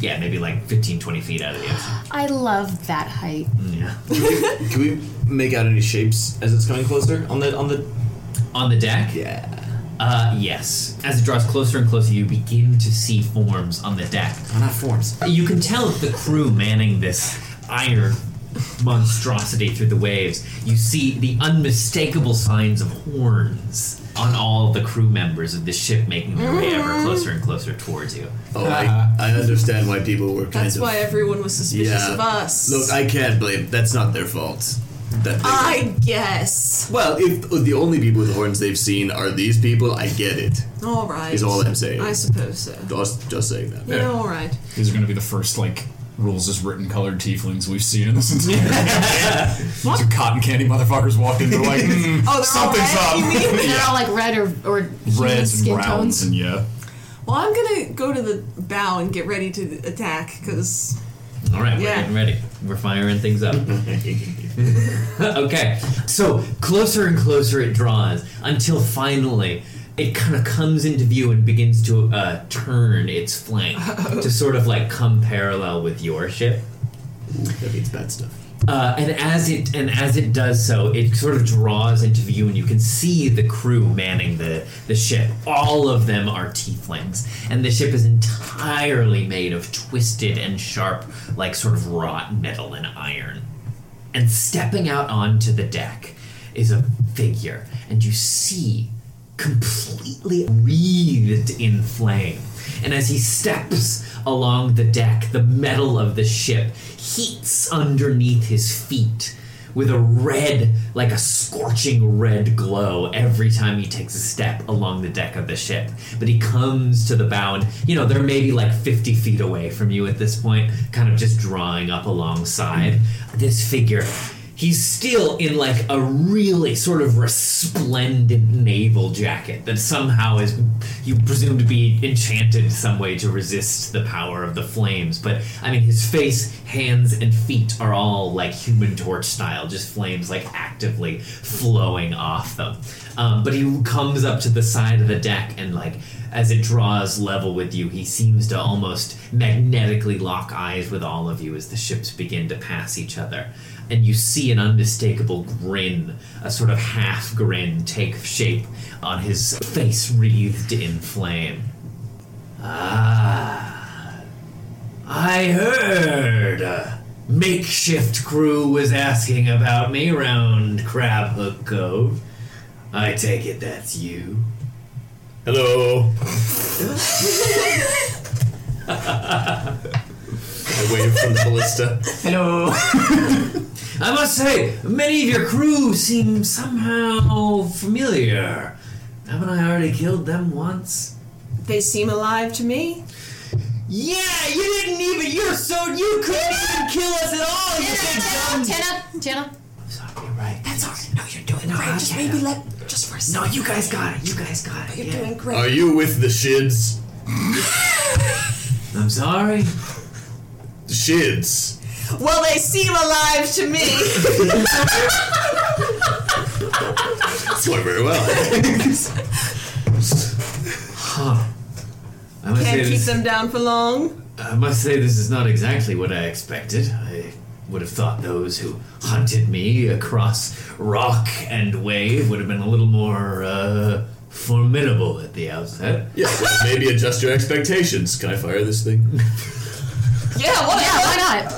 yeah, maybe like 15, 20 feet out of the ocean.
I love that height.
Yeah.
Can we make out any shapes as it's coming closer on the on the?
On the deck?
Yeah.
Uh, yes. As it draws closer and closer, you begin to see forms on the deck.
Not forms.
You can tell the crew manning this iron monstrosity through the waves. You see the unmistakable signs of horns on all the crew members of the ship making their way ever closer and closer towards you.
Oh, I, I understand why people were kind
That's
of.
why everyone was suspicious
yeah.
of us.
Look, I can't blame. That's not their fault. That they-
I guess.
well, if the only people with horns they've seen are these people, I get it.
All right.
Is all I'm saying.
I suppose so.
Just, just saying that.
Yeah, all right.
These are going to be the first like rules as written colored tieflings we've seen in this entire. Some cotton candy motherfuckers walked in. They're like, mm,
Oh, they're all
something's
red,
up.
you mean?
Yeah.
They're all like red or, or human
Reds and
skin
browns
tones.
and yeah.
Well, I'm gonna go to the bow and get ready to attack because
All right, we're
Yeah.
getting ready. We're firing things up. okay, so closer and closer it draws until finally it kind of comes into view and begins to uh, turn its flank to sort of like come parallel with your ship.
That means bad stuff.
Uh, and as it and as it does so, it sort of draws into view, and you can see the crew manning the the ship. All of them are tieflings, and the ship is entirely made of twisted and sharp, like sort of wrought metal and iron. And stepping out onto the deck is a figure, and you see completely wreathed in flame. And as he steps along the deck, the metal of the ship heats underneath his feet with a red, like a scorching red glow every time he takes a step along the deck of the ship. But he comes to the bow, and you know, they're maybe like 50 feet away from you at this point, kind of just drawing up alongside this figure. He's still in like a really sort of resplendent naval jacket that somehow is, you presume to be enchanted in some way to resist the power of the flames. But I mean, his face, hands, and feet are all like human torch style, just flames like actively flowing off them. Um, but he comes up to the side of the deck and like, as it draws level with you, he seems to almost magnetically lock eyes with all of you as the ships begin to pass each other and you see an unmistakable grin, a sort of half grin, take shape on his face wreathed in flame. Ah. I heard a makeshift crew was asking about me round Crab Hook Cove. I take it that's you.
Hello.
I waved from the ballista.
Hello. I must say, many of your crew seem somehow familiar. Haven't I already killed them once?
they seem alive to me.
Yeah, you didn't even. You're so. You couldn't even kill us at all. You big dumb.
Jenna, Jenna,
Sorry, you're right.
That's all right. No, you're doing
great. Just maybe
let just for a
No, you guys got it. You guys got it.
You're
yeah.
doing great.
Are you with the shids?
I'm sorry.
Shids.
Well, they seem alive to me.
That's going very well.
I must, say
Can't keep
this,
them down for long.
I must say this is not exactly what I expected. I would have thought those who hunted me across rock and wave would have been a little more uh, formidable at the outset.
yeah, well, maybe adjust your expectations. Can I fire this thing?
Yeah, what?
yeah, why not?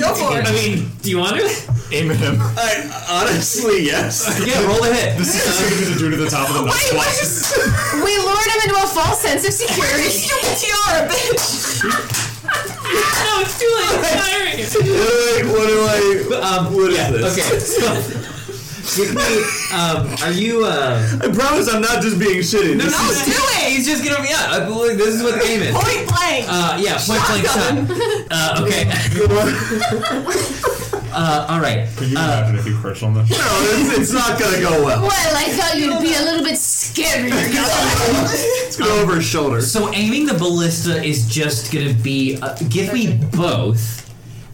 Go for
I
it.
mean, do you want it?
Aim at him.
I honestly, yes.
Yeah, roll a hit.
This is going to do to the top of the nut box.
We lured him into a false sense of security.
Stupid tiara, bitch.
No, it's too late. It's firing.
Wait, what do I?
Um,
What is
yeah,
this?
Okay, so, Give me. Um, are you? Uh,
I promise I'm not just being shitty. This is-
do it. He's just gonna be up. I believe this is what the game is.
Point blank.
Uh, yeah, point blank shot. Uh, okay. uh, all right.
Could you imagine if you crushed on that?
no, it's, it's not gonna go well.
Well, I thought you'd be a little bit scarier.
It's gonna go over his shoulder.
So aiming the ballista is just gonna be uh, give me both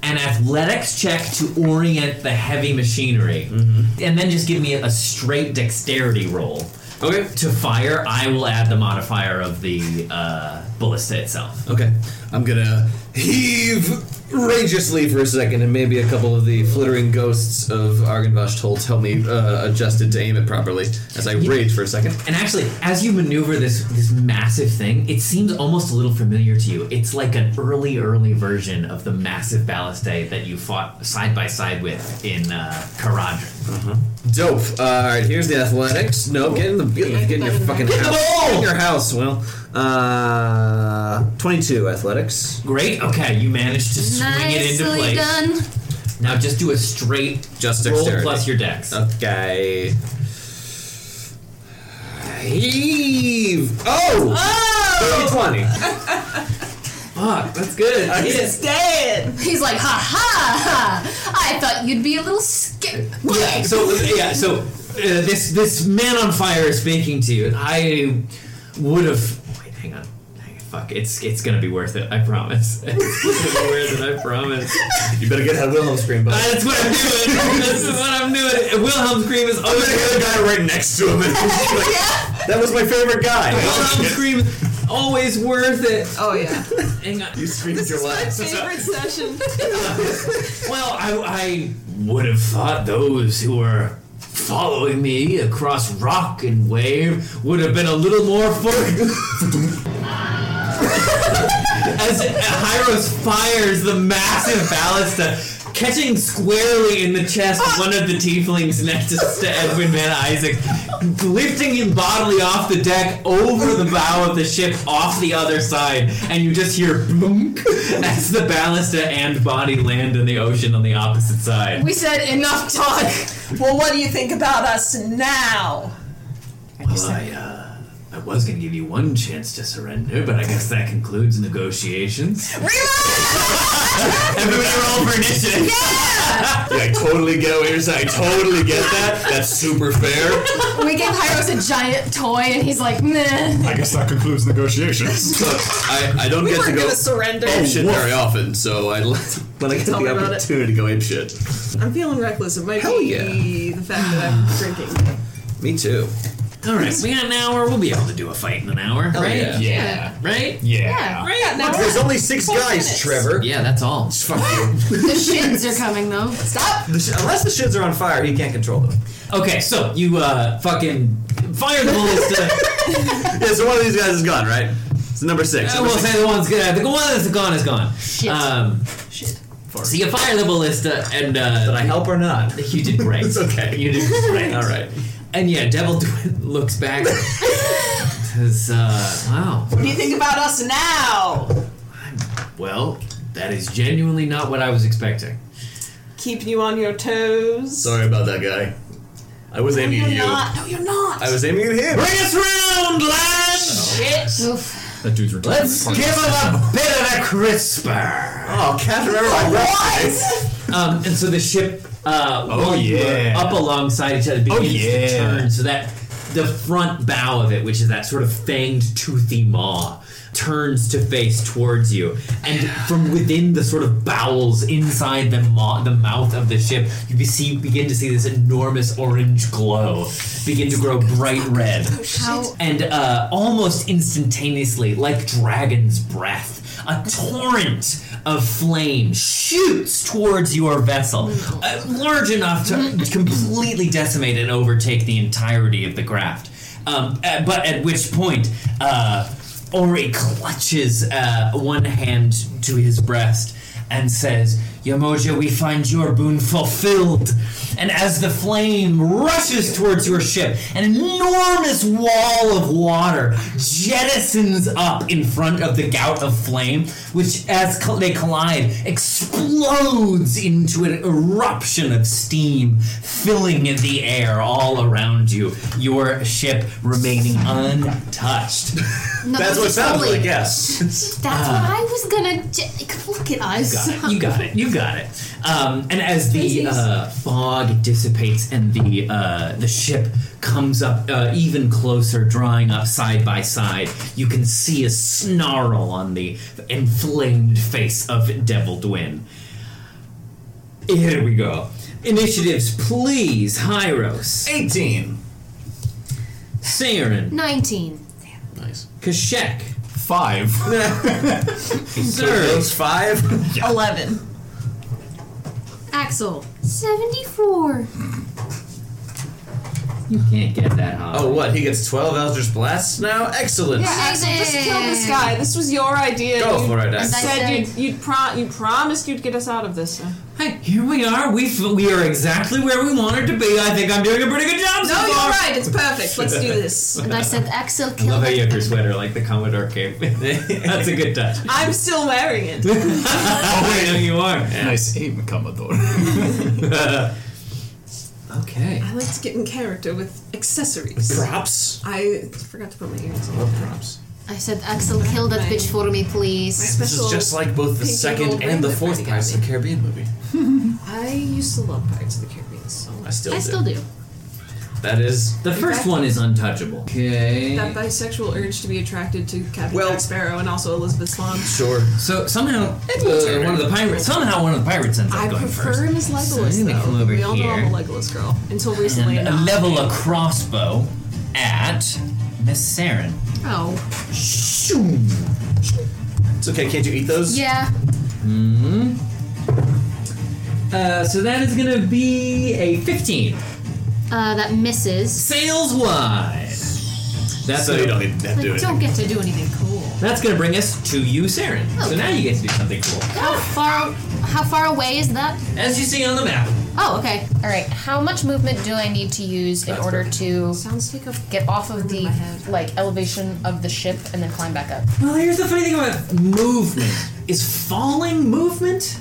an athletics check to orient the heavy machinery, and then just give me a straight dexterity roll.
Okay.
To fire, I will add the modifier of the uh, ballista itself.
Okay, I'm gonna heave rageously for a second, and maybe a couple of the flittering ghosts of Argenvash Toltz help me uh, adjust it to aim it properly as I rage for a second.
And actually, as you maneuver this this massive thing, it seems almost a little familiar to you. It's like an early, early version of the massive ballistae that you fought side by side with in uh, Karadrin.
Dope. Uh, all right, here's the athletics. No, get in the get, in- get in your fucking house. Get in your house, Will. Uh, 22 athletics.
Great. Okay, you managed to swing it into
Nicely
place.
done.
Now just do a straight
Just
roll
dexterity.
plus your dex.
Okay. Heave. Oh. Oh. 20.
Fuck, that's good.
it's dead.
He's like, ha ha! ha. I thought you'd be a little scared.
Yeah. So yeah. So uh, this this man on fire is speaking to you, and I would have. Wait, hang on. Hang on. Fuck. It's it's gonna be worth it. I promise. It's gonna be worth it. I promise.
You better get that Wilhelm scream, bud.
That's what I'm doing. This is what I'm doing. Wilhelm Scream is always
the other guy right next to him. That was my favorite guy.
Wilhelm Scream. is Always worth it.
Oh yeah.
Hang on.
You screamed
This is my favorite session.
Well, I, I would have thought those who were following me across rock and wave would have been a little more for. As Hyros fires the massive ballista, catching squarely in the chest one of the tieflings next to Edwin Van Isaac, lifting him bodily off the deck over the bow of the ship off the other side, and you just hear boom as the ballista and body land in the ocean on the opposite side.
We said enough talk.
well, what do you think about us now?
Well, I, uh, I was going to give you one chance to surrender, but I guess that concludes negotiations. Everybody roll for initiative.
Yeah, I totally get what you're saying. I totally get that. That's super fair.
We gave Hyros a giant toy, and he's like, meh.
I guess that concludes negotiations.
Look, I, I don't get to
We're
go
gonna surrender.
ape shit very often, so I l- when I get
Tell me
the
about it.
opportunity to go ape shit.
I'm feeling reckless. It might
Hell
be
yeah.
the fact that I'm drinking.
Me too.
All right, we got an hour. We'll be able to do a fight in an hour, right?
yeah.
Yeah.
Right?
Yeah.
Right yeah, now
There's only six guys,
minutes.
Trevor.
Yeah, that's all.
Fuck you.
The shins are coming though.
stop.
The sh- Unless the shits are on fire, he can't control them.
Okay, so you uh fucking fire the ballista.
Yeah, so one of these guys is gone, right? It's number six.
I will say the one's good. The one that's gone is gone.
Shit.
Um,
Shit.
so you fire the ballista, and uh,
Did I help or not?
You did great.
It's okay.
You did great.
All right.
And yeah, Devil Dwin looks back. Says, uh, wow.
What do you think about us now?
Well, that is genuinely not what I was expecting.
Keeping you on your toes.
Sorry about that guy. I was aiming
You're
at you.
not. No, you're not.
I was aiming at him.
Bring us round, lads!
Shit.
Oof.
That dude's retarded.
Let's give it a bit of a crisper.
Oh, can't remember my what?
Um, and so the ship, uh,
Oh,
while you are
yeah.
up alongside each other, begins
yeah.
to turn so that the front bow of it, which is that sort of fanged, toothy maw, turns to face towards you. And from within the sort of bowels inside the maw, the mouth of the ship, you can see begin to see this enormous orange glow begin to grow bright red.
How?
And uh, almost instantaneously, like dragon's breath, a torrent of flame shoots towards your vessel, uh, large enough to completely decimate and overtake the entirety of the craft. Um, uh, but at which point, uh, Ori clutches uh, one hand to to his breast and says, Yamoja, we find your boon fulfilled. And as the flame rushes towards your ship, an enormous wall of water jettisons up in front of the gout of flame, which, as co- they collide, explodes into an eruption of steam, filling the air all around you. Your ship remaining untouched.
No, That's what it sounds like,
yes.
That's what I was gonna. J- look at
You
us.
Uh. got it. You got it. You got it. Um, and as the uh, fog dissipates and the uh, the ship comes up uh, even closer, drawing up side by side, you can see a snarl on the inflamed face of Devil Dwin. Here we go. Initiatives, please. Hyros. 18. Saren.
19.
Nice. Kashek. 5.
Those five?
11. Axel.
74.
You can't get that high.
Oh, what? He gets 12 Eldritch Blasts now? Excellent.
Yeah, Axel, just kill this guy. This was your idea.
Go
You
for it, Axel.
said you'd, you'd pro- you promised you'd get us out of this.
Hey, here we are. We f- we are exactly where we wanted to be. I think I'm doing a pretty good job so
No, you're
far.
right. It's perfect. Let's do this.
And I said, Axel,
I
kill
love how
that
you have your sweater like the Commodore cape. That's a good touch.
I'm still wearing it.
oh, wait, no, you are.
Nice aim, Commodore.
okay.
I like to get in character with accessories.
Props?
I forgot to put my ears.
I
in.
love props.
I said, Axel, kill that bitch for me,
My
please.
This
special.
is just like both the
pinky gold
second and the
ring that
fourth
Brandy
Pirates
got
of
me.
the Caribbean movie.
I used to love Pirates of the Caribbean so
I
much.
still,
I still do.
That is.
The first one is untouchable.
That
Okay.
bisexual urge to be attracted to Captain
Well-
Jack Sparrow and also Elizabeth Swan.
Sure.
So somehow
Turner.
uh, one of the pirates somehow one of the pirates ends up
I
going first.
prefer Miss Legolas
So I'm gonna
though.
come over
we all know I'm a
here.
Legolas girl until recently.
And
not.
level a crossbow at Miss Saren.
Oh,
It's okay. Can't you eat those?
Yeah.
Uh, so that is gonna be a 15.
Uh, that misses.
Sails wide. That's
So you
gonna,
don't need to do
I
it.
don't get to do anything cool.
that's gonna bring us to you, Saren. So
Okay.
now you get to do something cool.
How far? How far away is that?
As you see on the map,
Oh, okay. All right. How much movement do I need to use in order to
sounds like a.
get off of the
my head.
like elevation of the ship and then climb back up?
Well, here's the funny thing about movement. Is falling movement?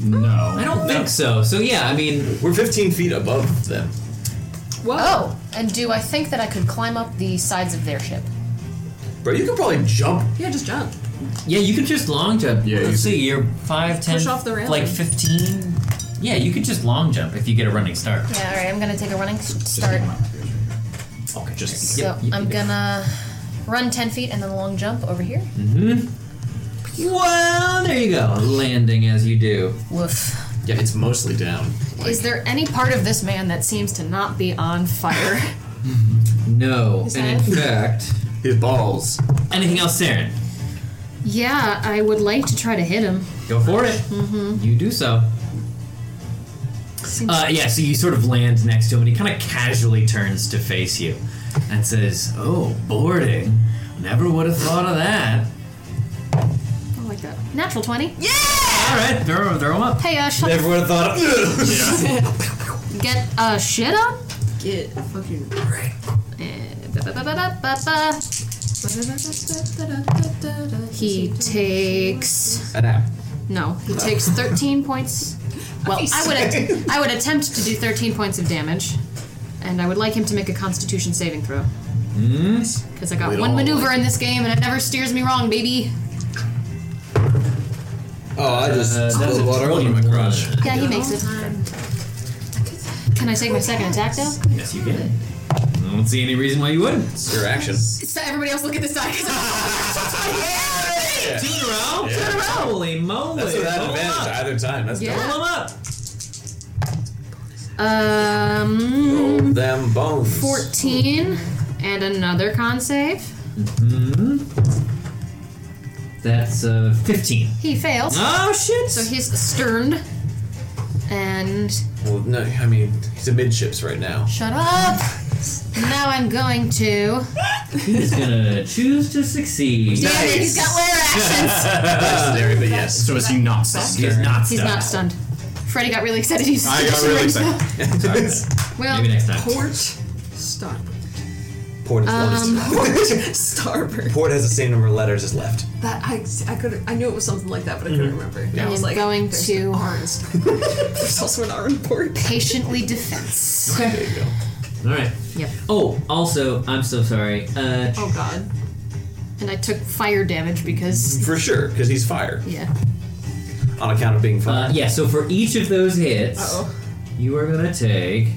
I
no.
don't think so. So yeah, I mean,
We're 15 feet above them.
Whoa.
Oh, and do I think that I could climb up the sides of their ship?
Bro, you could probably jump.
Yeah, just jump.
yeah, you can just long jump.
Yeah,
Let's
you
see, you're five, ten,
Push off the railing.
like fifteen. Yeah, you could just long jump if you get a running start.
Yeah. All right. I'm gonna take a running s- start.
Okay, just
So I'm gonna run ten feet and then long jump over here.
Well, there you go. Landing as you do.
Woof.
Yeah, it's mostly down.
Is there any part of this man that seems to not be on fire?
No,
Is
and in fact,
His balls.
anything else, Saren?
yeah, I would like to try to hit him.
Go for it. Mm-hmm. You do so.
Seems-
Uh, yeah, so you sort of land next to him, and he kind of casually turns to face you and says, Oh, boarding. Never would have thought of that.
I like that.
Natural twenty. Yeah.
All right, throw, throw him up.
Hey, uh, shut
Never would have thought of
Get uh shit up. Eh,
Get fucking.
He takes
An app.
no. He takes thirteen points. Well, I would att- I would attempt to do thirteen points of damage, and I would like him to make a Constitution saving throw. Because I got
We'd
one
all
maneuver
like
in this game, and it never steers me wrong, baby.
Oh, I just
Uh, that's
spilled
a
water all over my
21.
crotch.
Yeah, he makes it. Can I take my second attack though?
Yes, you can. I don't see any reason why you wouldn't.
Your action.
So everybody else look at this die. 'cause I'm-
Two in a
Yeah.
row? Two in a row. Holy moly.
That's without
Roll 'em
advantage
up.
either time. That's
Yeah.
Roll 'em up.
Um,
Roll them bones.
14 Um, and another con save.
That's uh, 15.
He fails.
Oh, shit.
So he's sterned. And
Well, no, I mean, he's amidships right now.
shut up. Now I'm going to.
He's gonna choose to succeed.
Damn it, he's got actions.
Legendary, but yes.
So is he not stunned?
He's
not
He's not stunned. Freddy got really excited. He's
I got really excited. Sorry.
Well,
Maybe next time.
Port, starboard.
Port is
Um,
Port, starboard.
Port has the same number of letters as left.
That I, I could I knew it was something like that, but I
Mm-hmm.
couldn't remember.
Yeah.
I was
I'm
like,
going
there's
to-
an R in sport. there's also an R in port.
patiently defense.
Okay. All right.
Yep.
Oh, also, I'm so sorry. Uh,
Oh God.
And I took fire damage because
For sure, because he's fire
yeah.
on account of being fire.
uh, yeah. So for each of those hits,
Uh-oh.
you are gonna take.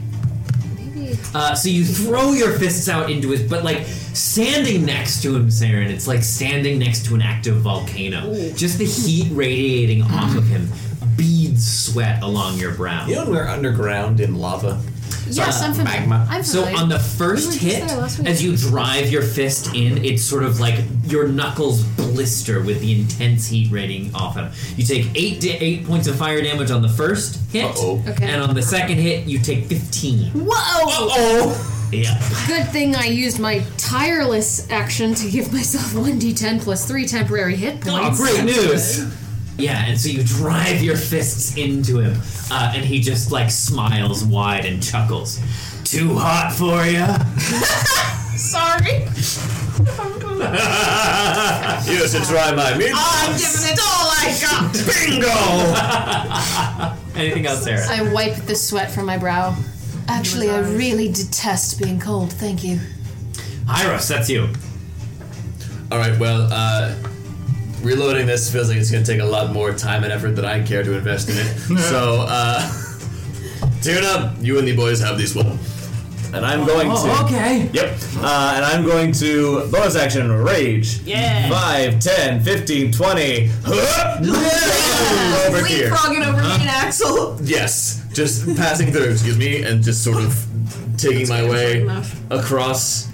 Maybe
Uh, so you throw your fists out into his, but like standing next to him, Saren, it's like standing next to an active volcano. Just the heat radiating off of him, beads sweat along your brow.
You know when we're underground in lava?
yes, I'm familiar.
magma.
I'm
So
familiar.
on the
We
first
were just
hit,
there last week.
as you drive your fist in, it's sort of like your knuckles blister with the intense heat radiating off him. You take eight da- eight points of fire damage on the first hit,
Uh-oh.
Okay.
and on the second hit you take fifteen.
Whoa!
Oh, yeah.
Good thing I used my tireless action to give myself 1d10 plus 3 temporary hit
Oh,
points.
great news! Yeah, and so you drive your fists into him, uh, and he just like smiles wide and chuckles. Too hot for ya?
Sorry.
Yes, it's right by me.
I'm giving it all I got.
Bingo!
Anything else, Sarah?
I wipe the sweat from my brow. Actually, I really detest being cold. Thank you.
Hyros, that's you.
All right, well, uh, reloading this feels like it's going to take a lot more time and effort than I care to invest in it. so, uh, tune up. You and the boys have this one. And I'm going to.
Oh, okay.
Yep. Uh, and I'm going to bonus action rage.
Yeah.
5, 10, 15, 20. over here.
Leapfrogging over me
Uh-huh.
and Axel.
Yes. Just passing through, excuse me, and just sort of taking my way
enough.
across.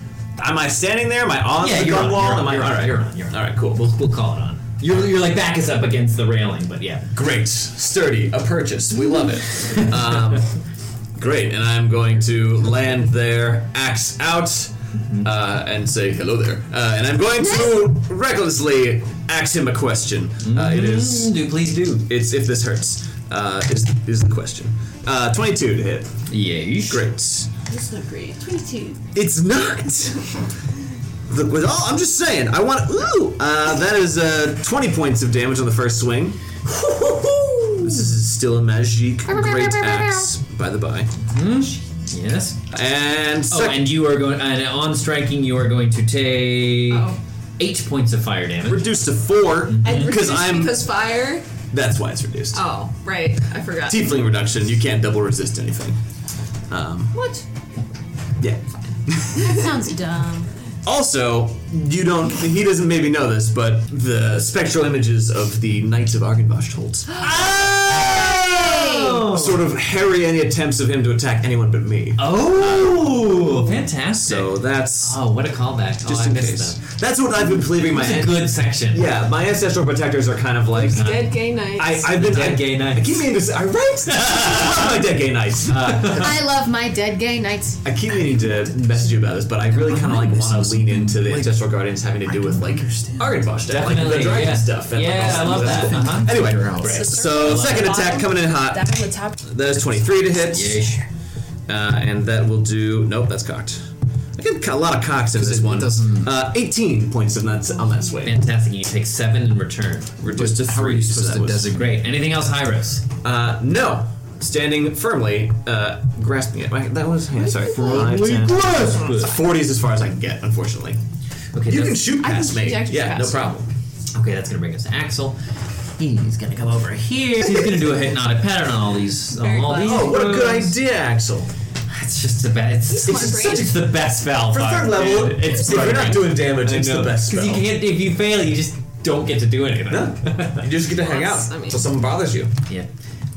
Am I standing there? Am I on
Yeah,
the
you're
gun
on,
wall?
you're on,
Am I
you're on,
all right.
you're on, you're on.
All right, cool.
We'll, we'll call it on. Your, your like back is up against the railing, but yeah.
Great, sturdy, a purchase. We love it. um, great, and I'm going to land there, axe out, uh, and say hello there. Uh, and I'm going to recklessly ask him a question. Uh, it is.
Mm, do please do.
It's if this hurts. Uh, is is the question? Uh, 22 to hit.
Yeah.
Great.
That's not great. Twenty-two.
It's not. Look, with all, I'm just saying. I want. Ooh, uh, that is uh, 20 points of damage on the first swing. this is still a magique great axe, by the by.
Yes.
And
Oh,
second,
and you are going and on striking. You are going to take
Oh.
eight points of fire damage.
reduced to four
I
because
reduced
I'm.
because fire.
That's why it's reduced.
Oh, right. I forgot.
Tiefling reduction. You can't double resist anything. Um,
What?
yeah.
That sounds dumb.
Also, you don't. He doesn't maybe know this, but the spectral images of the Knights of Argenvosh holds. sort of harry any attempts of him to attack anyone but me.
Oh, fantastic!
So that's
oh, what a callback!
just
oh, I
in
missed
case.
them.
That's what I've been believing my
It's a
an-
good section.
yeah my ancestral protectors are kind of like
Dead gay knights.
I I've been
Dead
I-
gay
I
knights.
keep meaning to say, I right? I love my dead gay knights. Uh,
I love my dead gay knights.
I keep meaning to message you about this, but I really kind of like want to lean into the ancestral guardians having to do with like Argenbosch stuff, like the
Definitely,
dragon
yeah.
stuff. And
Yeah, I
all
love
stuff.
that. Uh-huh.
Anyway, so second attack coming in hot.
That on the top.
That is 23 to hit. Uh, and that will do. Nope, that's cocked. I get a lot of cocks in this
it
one.
doesn't-
Uh, 18 points of that on that swing.
Fantastic. You take seven in return.
Reduced to
How are you
three, so
supposed
that
to
was-
designate?
Great. Anything else, Hyros?
Uh, no, standing firmly, uh, grasping it. Wait, That was yeah, sorry. Five, ten.
Grasped.
40 is as far as I can get, unfortunately.
Okay,
You
that's-
can shoot
can
past
shoot
me.
extra
Yeah, no
fast.
problem.
Okay, that's gonna bring us to Axel. He's gonna come over here. He's gonna do a hypnotic pattern on all these. On
Very
all
clever.
these
Oh, what a good
moves.
idea, Axel.
It's just the best. It's,
He's
it's
clever.
such it's the best valve.
For third level,
it's
if you're not doing damage,
I
it's the
know.
best
because
spell.
you can't. If you fail, you just don't get to do anything.
No, you just get to hang out
I mean-
until someone bothers you.
Yeah.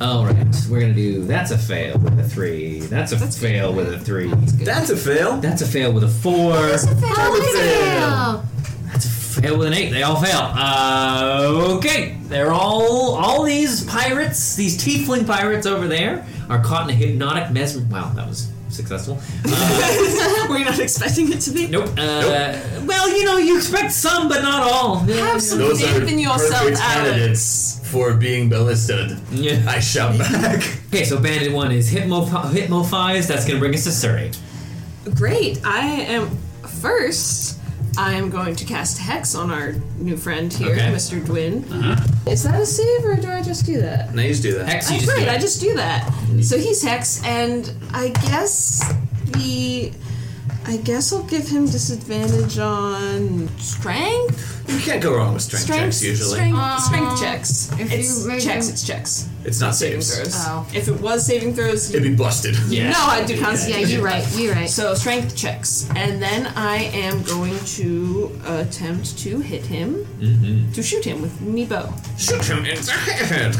All right, we're gonna do. That's a fail with a three. That's a fail with a three.
That's a fail.
That's a fail with a four.
Oh,
Double fail.
That's a fail with an eight. They all fail. Uh, okay, they're all all these pirates, these tiefling pirates over there, are caught in a hypnotic mesmer. Wow, that was
successful.
Were you not expecting it to be?
Nope. Uh, Well, you know, you expect some, but not all.
Have some faith in yourself,
perfect
Alan.
candidates for being ballisted.
Yeah.
I shout back.
Okay, so bandit one is hypmo hypnophized. That's gonna bring us to Surrey.
Great. I am first. I am going to cast hex on our new friend here,
Okay.
Mr. Dwin. Is that a save, or do I just do that?
Now you just do that.
Hex,
I
you just do
right,
it.
Oh, I just do that. So he's hex, and I guess the. I guess I'll give him disadvantage on strength.
You can't go wrong with strength checks usually.
Strength,
Uh,
strength checks.
if
it's
you make
checks.
him-
It's checks.
It's not
Saving
saves.
throws.
Oh.
If it was saving throws,
It'd be busted.
Yeah.
no, I do
Yeah,
constitution.
you're right. You're right.
So strength checks, and then I am going to attempt to hit him to shoot him with me bow.
Mm-hmm. Shoot him in the head.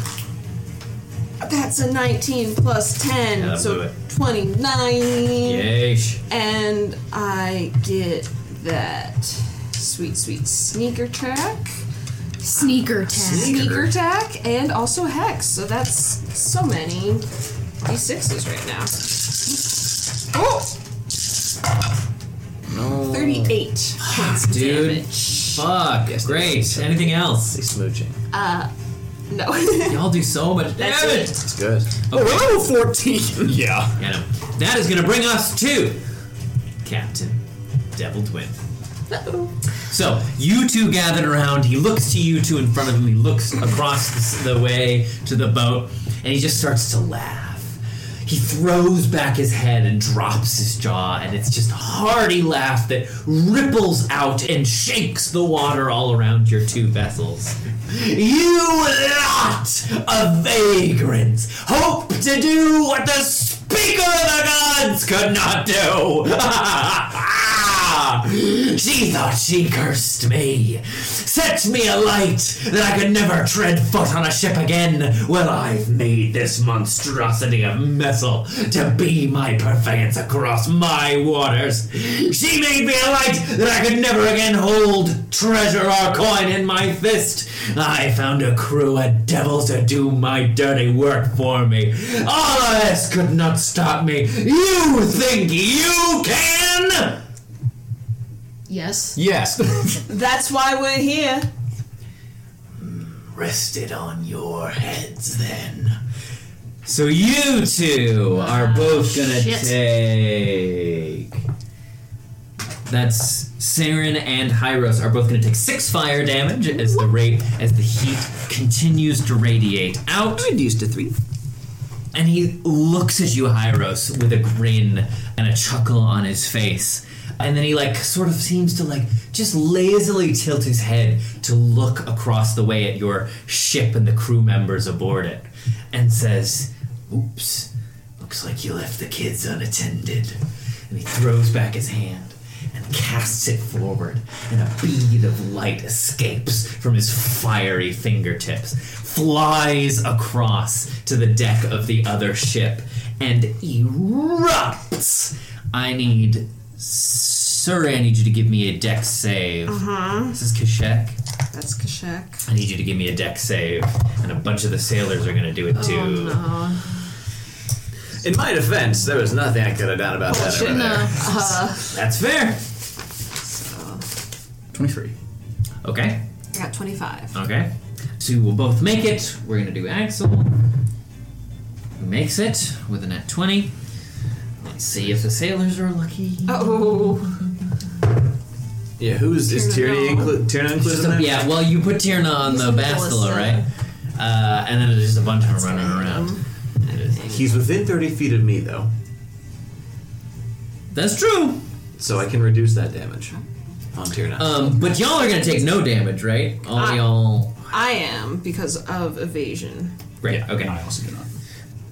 That's a 19 plus
Yeah,
10,
blew
so
it.
29,
Yeesh.
and I get that sweet, sweet sneaker track,
Sneaker tag.
sneaker attack, and also hex. So that's so many d6s right now. Oh. 38 points of
Dude.
damage.
Fuck. Great. Anything else? smooching.
No.
Y'all do so much
That's
damage.
it.
It's good.
Okay.
Yeah.
Yeah, no. That is gonna bring us to Captain Devil Twin. So you two gathered around. He looks to you two in front of him. He looks across the, s- the way to the boat, and he just starts to laugh. He throws back his head and drops his jaw, and it's just a hearty laugh that ripples out and shakes the water all around your two vessels. You lot of vagrants hope to do what the Speaker of the Gods could not do. she thought she cursed me. Set me alight that I could never tread foot on a ship again. Well, I've made this monstrosity of metal to be my purveyance across my waters. She made me a light that I could never again hold treasure or coin in my fist. I found a crew of devils to do my dirty work for me. All of this could not stop me. You think you can?
Yes.
Yes.
That's why we're here.
Rested on your heads then. So you two are both gonna
shit.
take. That's Saren and Hyros are both gonna take six fire damage as the rate as the heat continues to radiate out. Reduced to three. And he looks at you, Hyros, with a grin and a chuckle on his face. And then he like sort of seems to like just lazily tilt his head to look across the way at your ship and the crew members aboard it, and says, "Oops, looks like you left the kids unattended." And he throws back his hand and casts it forward, and a bead of light escapes from his fiery fingertips, flies across to the deck of the other ship, and erupts. I need. Sorry, I need you to give me a deck save. Uh-huh. This is Kashek.
That's Kashak.
I need you to give me a deck save, and a bunch of the sailors are going to do it too.
In my defense, there was nothing I could have done about that. Over there.
That's fair.
23.
Okay.
I got 25.
Okay. So we'll both make it. We're gonna do Axel. Who makes it with a net 20. Let's see if the sailors are lucky.
Oh,
Yeah, who's is Tyranny
Tierna.
inclu- Tierna
Just
included
a-
in that?
yeah, well, you put Tierna on the Bastila, right? Uh, and then there's just a bunch of them running around.
He's within 30 feet of me though,
That's true.
so I can reduce that damage on Tierna.
Um, but y'all are gonna take no damage, right? All y'all.
I am because of evasion.
Right, okay.
I also do not.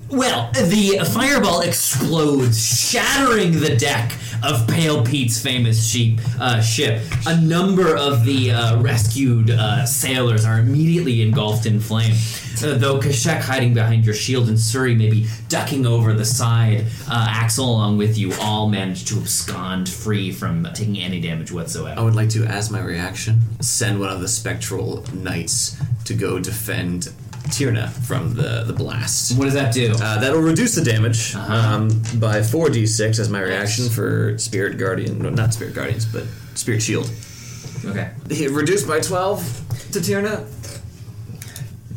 Well, the fireball explodes, shattering the deck of Pale Pete's famous sheep, uh, ship. A number of the uh, rescued uh, sailors are immediately engulfed in flame. Uh, though Kashek hiding behind your shield and Suri maybe ducking over the side, uh, Axel along with you all manage to abscond free from taking any damage whatsoever.
Oh.
I would like to, as my reaction, send one of the spectral knights to go defend
Tierna from the, the blast.
What does that do?
Uh, that'll reduce the damage um, by 4d6 as my reaction for Spirit Guardian. No, not Spirit Guardians, but Spirit Shield.
Okay.
He reduced by 12 to Tierna.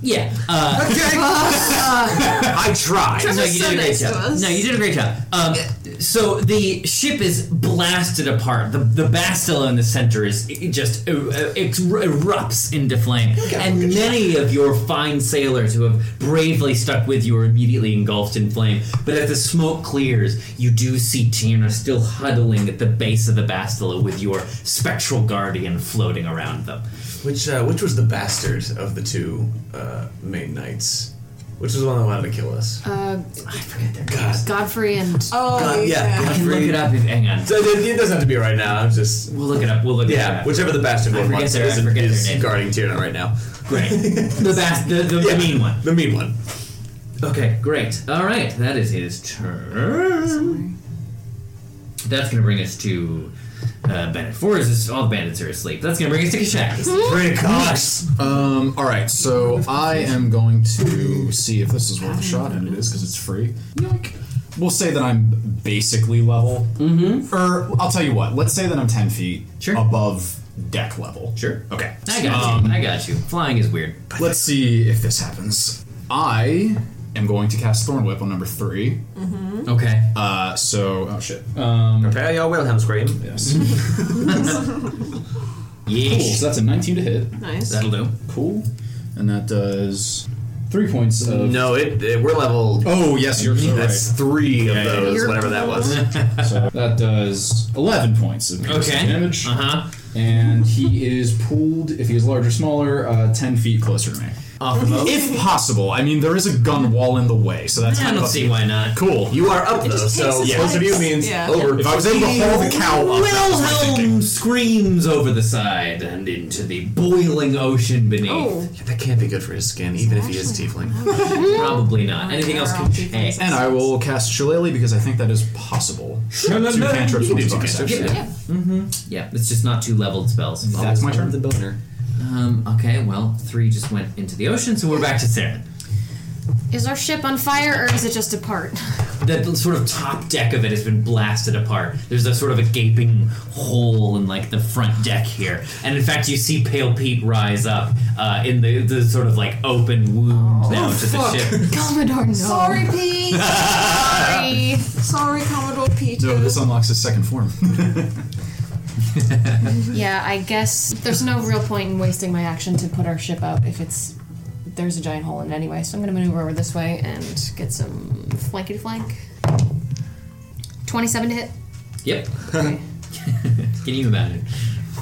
Yeah. Uh, I tried.
Trevor's
No, you
so
did a great
nice to
job.
us.
No, you did a great job. Um, so the ship is blasted apart. The the bastilla in the center is it just er- er- it erupts into flame, and many of your fine sailors who have bravely stuck with you are immediately engulfed in flame. But as the smoke clears, you do see Tina still huddling at the base of the bastilla with your spectral guardian floating around them.
Which uh, which was the bastard of the two uh, main knights? Which was the one that wanted to kill us?
Uh,
I forget their name.
God.
Godfrey and
Oh,
God, Uh, yeah.
yeah.
I can look it up if hang on.
So it, it doesn't have to be right now. I'm just
We'll look it up. We'll look it
yeah,
up.
whichever the bastard
I
one
forget
wants
their- I
is,
forget their
is
name.
guarding Tierna right now.
Great. The bas- the, the,
Yeah.
the mean one.
The mean one.
Okay, great. All right, that is his turn. That's going to bring us to uh, Bandit 4 is just- all the bandits are asleep. That's going to bring us to Kashak.
Pretty Cox.
Um, all right, so I am going to see if this is worth a shot, and it is because it's free. Yoink. We'll say that I'm basically level. Mm-hmm. Or I'll tell you what. Let's say that I'm ten feet
Sure.
above deck level.
Sure.
Okay.
I got
Um,
you. I got you. Flying is weird.
Let's see if this happens. I am going to cast Thorn Whip on number three.
Okay.
Uh, so oh shit.
Prepare your Wilhelm scream.
Yes. cool.
Yeesh.
So that's a 19 to hit.
Nice.
That'll do.
Cool. And that does three points of.
No, it, it we're level.
Oh yes, you're so
That's three of
Yeah, yeah,
those,
yeah.
whatever that was.
right. So that does 11 points of piercing
Okay.
damage.
Uh huh.
And he is pulled, if he is large or smaller, uh, 10 feet closer to me.
Off the boat.
If possible. I mean, there is a gun wall in the way, so that's
I
kind
don't
of
see why not.
cool.
You are up though,
just
uh, so
takes
his
close of you
legs.
means
Yeah.
over.
if I was able to haul the cow up, that was my thinking.
Wilhelm screams over the side and into the boiling ocean beneath.
Oh.
That can't be good for his skin, even if he is tiefling.
Probably not. Anything else can
Hey.
change.
And I will cast Shillelagh because I think that is possible. Two cantrips, one bonus action.
Yeah. Yeah, it's just not two leveled spells.
That's my turn.
boner.
Um, okay, well, three just went into the ocean, so we're back to Saren.
is our ship on fire or is it just a part?
That sort of top deck of it has been blasted apart. There's a sort of a gaping hole in like the front deck here, and in fact, you see Pale Pete rise up uh, in the, the sort of like open wound now
Oh,
to the ship.
Commodore, no.
Sorry, Pete.
Sorry.
Sorry, Commodore Pete.
No, this unlocks his second form.
yeah, I guess there's no real point in wasting my action to put our ship out if it's there's a giant hole in it anyway. So I'm gonna maneuver over this way and get some flanky to flank. Twenty-seven to hit.
yep,
Okay.
can you imagine?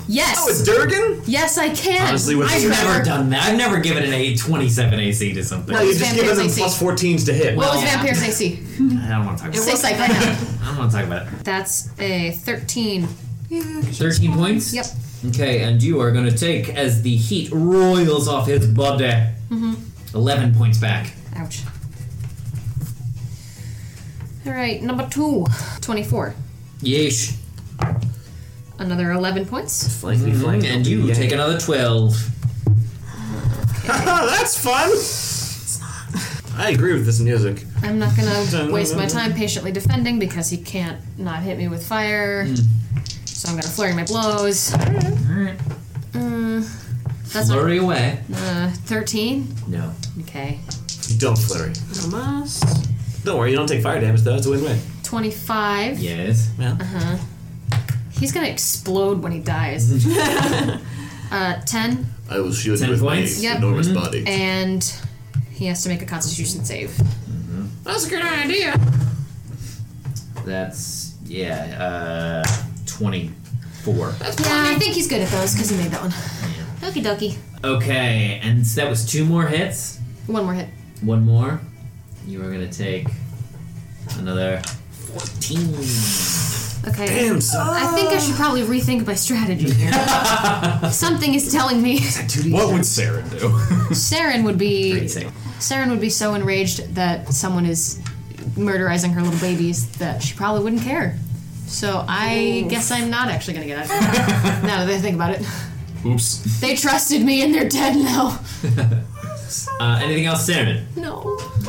yes.
Oh, it's Durgan?
yes, I can.
Honestly, with
I've
the-
I've
never
never done that. I've never given an a 27 AC to something.
No, you just give
Vampire's
him
AC.
plus 14s to hit.
What
Well,
was
yeah.
Vampire's AC?
I don't want to talk about
Stay
it.
psych right now.
I don't want to talk about it.
That's a thirteen.
13 points?
Yep.
Okay, and you are going to take, as the heat roils off his body,
Mm-hmm.
11 points back.
Ouch. All right, number two. 24.
Yeesh.
Another 11 points.
Flanky, flanky.
Mm-hmm. And you take another 12.
Oh, that's fun! I agree with this music.
I'm not gonna waste my time patiently defending because he can't not hit me with fire.
Hmm.
So I'm gonna flurry my blows. Mm, that's not,
Flurry away.
uh, 13.
No.
Okay.
Don't flurry.
Almost.
Don't worry, you don't take fire damage though. It's a win-win.
25.
Yes.
Yeah.
He's gonna explode when he dies. uh, 10.
I will shield
Ten
you with
points?
my
Yep.
enormous
Mm-hmm.
body.
And he has to make a constitution save.
That's a good idea.
That's, yeah, uh, 24.
Yeah, I think he's good at those because he made that one. Okie dokie.
Okay, and so that was two more hits.
One more hit.
One more. You are going to take another 14.
Okay.
Damn, son.
I think I should probably rethink my strategy here. Something is telling me
what would Saren do?
Saren would be
Crazy.
Saren would be so enraged that someone is murderizing her little babies that she probably wouldn't care. So I guess I'm not actually gonna get out of it. now that I think about it.
Oops.
They trusted me and they're dead now.
Uh, anything else, Cinnamon?
No.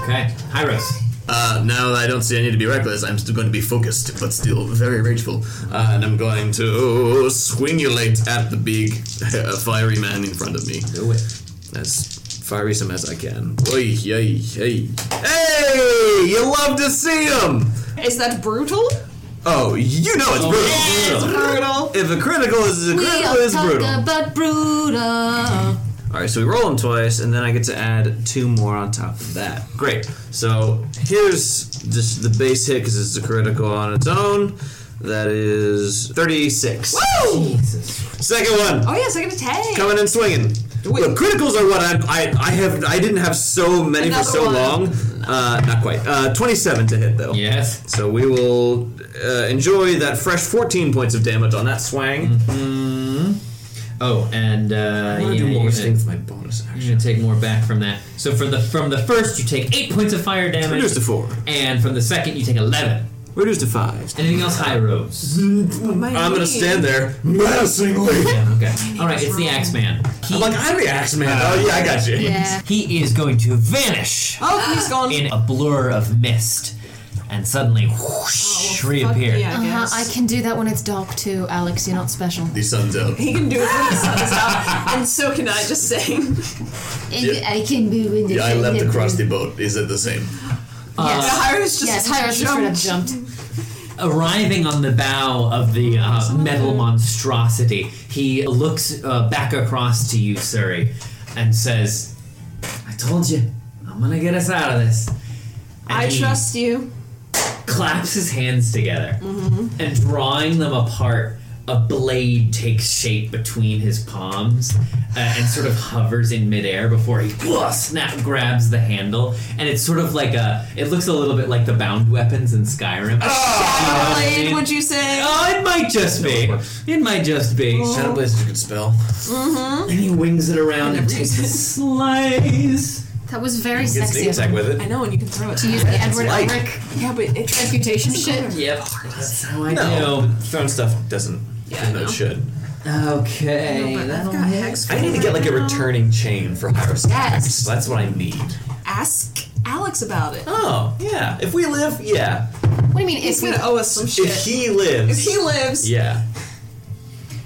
Okay. Hyros.
Uh, now that I don't see I need to be reckless, I'm still going to be focused, but still very rageful. Uh, and I'm going to swingulate at the big fiery man in front of me.
Do it.
As fiery some as I can. Oy, yay, hey. Hey! You love to see him!
Is that brutal?
Oh, you know it's brutal.
Brutal.
If a critical is a
We
critical,
are
is
talking
brutal.
about brutal.
All right, so we roll them twice, and then I get to add two more on top of that. Great. So here's just the base hit because it's a critical on its own. That is 36.
Woo!
Second one.
Oh yeah, second attack.
Coming and swinging. Look, criticals are what I, I I have I didn't have so many for
Another
so
one.
long. Uh, not quite. Uh, 27 to hit though.
Yes.
So we will uh, enjoy that fresh 14 points of damage on that swang.
Mm-hmm.
Oh, and uh,
I'm gonna
yeah,
do
you're
more
gonna-
things with my bonus
You're
action.
gonna take more back from that. So for the from the first, you take eight points of fire damage,
Reduce to four.
and from the second, you take eleven.
Reduce to five.
Anything else, High Rose?
I'm gonna stand there.
yeah, okay. All right, it's the Axeman. He,
I'm like, I'm the axe man. oh yeah, I got you.
Yeah.
He is going to vanish
Oh, he's gone.
in a blur of mist, and suddenly whoosh, reappear.
Oh, Fuck yeah, I
Uh-huh,
guess.
I can do that when it's dark too, Alex. You're not special.
The sun's out.
He can do it when the sun is out, and so can I. Just saying.
I can be with
Yeah, I leapt across the boat. Is it the same?
The Iris just
Yes, Tyrus just straight up
jumped.
jumped.
arriving on the bow of the uh, metal monstrosity, he looks uh, back across to you, Suri, and says, "I told you, I'm gonna get us out of this." And
I
he-
trust you.
claps his hands together and drawing them apart a blade takes shape between his palms uh, and sort of hovers in midair before he whoa, snap grabs the handle and it's sort of like a it looks a little bit like the bound weapons in skyrim
Uh,
Shadow
I
blade,
mean-
would you say?
Oh, it might just be. It might just be.
Shadow Blaze is a good spell. Mm-hmm.
And he wings it around and takes a slice.
That was very
Get sneak
sexy. of
attack
him.
with it.
I know, and you can throw it.
To use the Edward
like-
Elric
Yeah, but it's
transmutation shit.
Yep. That's how I
No, throwing stuff doesn't.
Yeah, I
no,
know.
it should.
know. Okay.
But I've
that'll
got
hit.
hex.
I need to get like a returning chain for Hyros.
Yes.
That's what I need.
Ask Alex about it.
Oh, yeah. If we live, yeah.
What do you mean?
He's
If we
gonna owe us some shit.
If he lives,
If he lives,
yeah.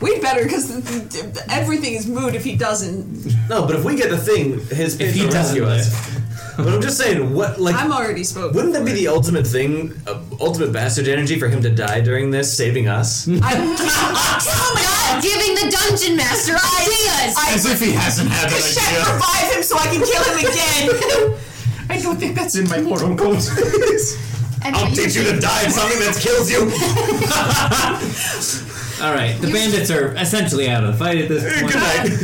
we'd better because everything is moot if he doesn't.
No, but if we get the thing, his
If he
will rescue
doesn't
us. But I'm just saying, what like.
I'm already spoken.
wouldn't that be the ultimate thing, uh, ultimate bastard energy for him to die during this, saving us?
God, giving the dungeon master ideas.
As if he hasn't had that
Shit,
idea.
revive him so I can kill him again.
I don't think that's in my mortal code.
I'll
Teach you to die in something that kills you.
All right, the bandits are essentially out of the fight at this point.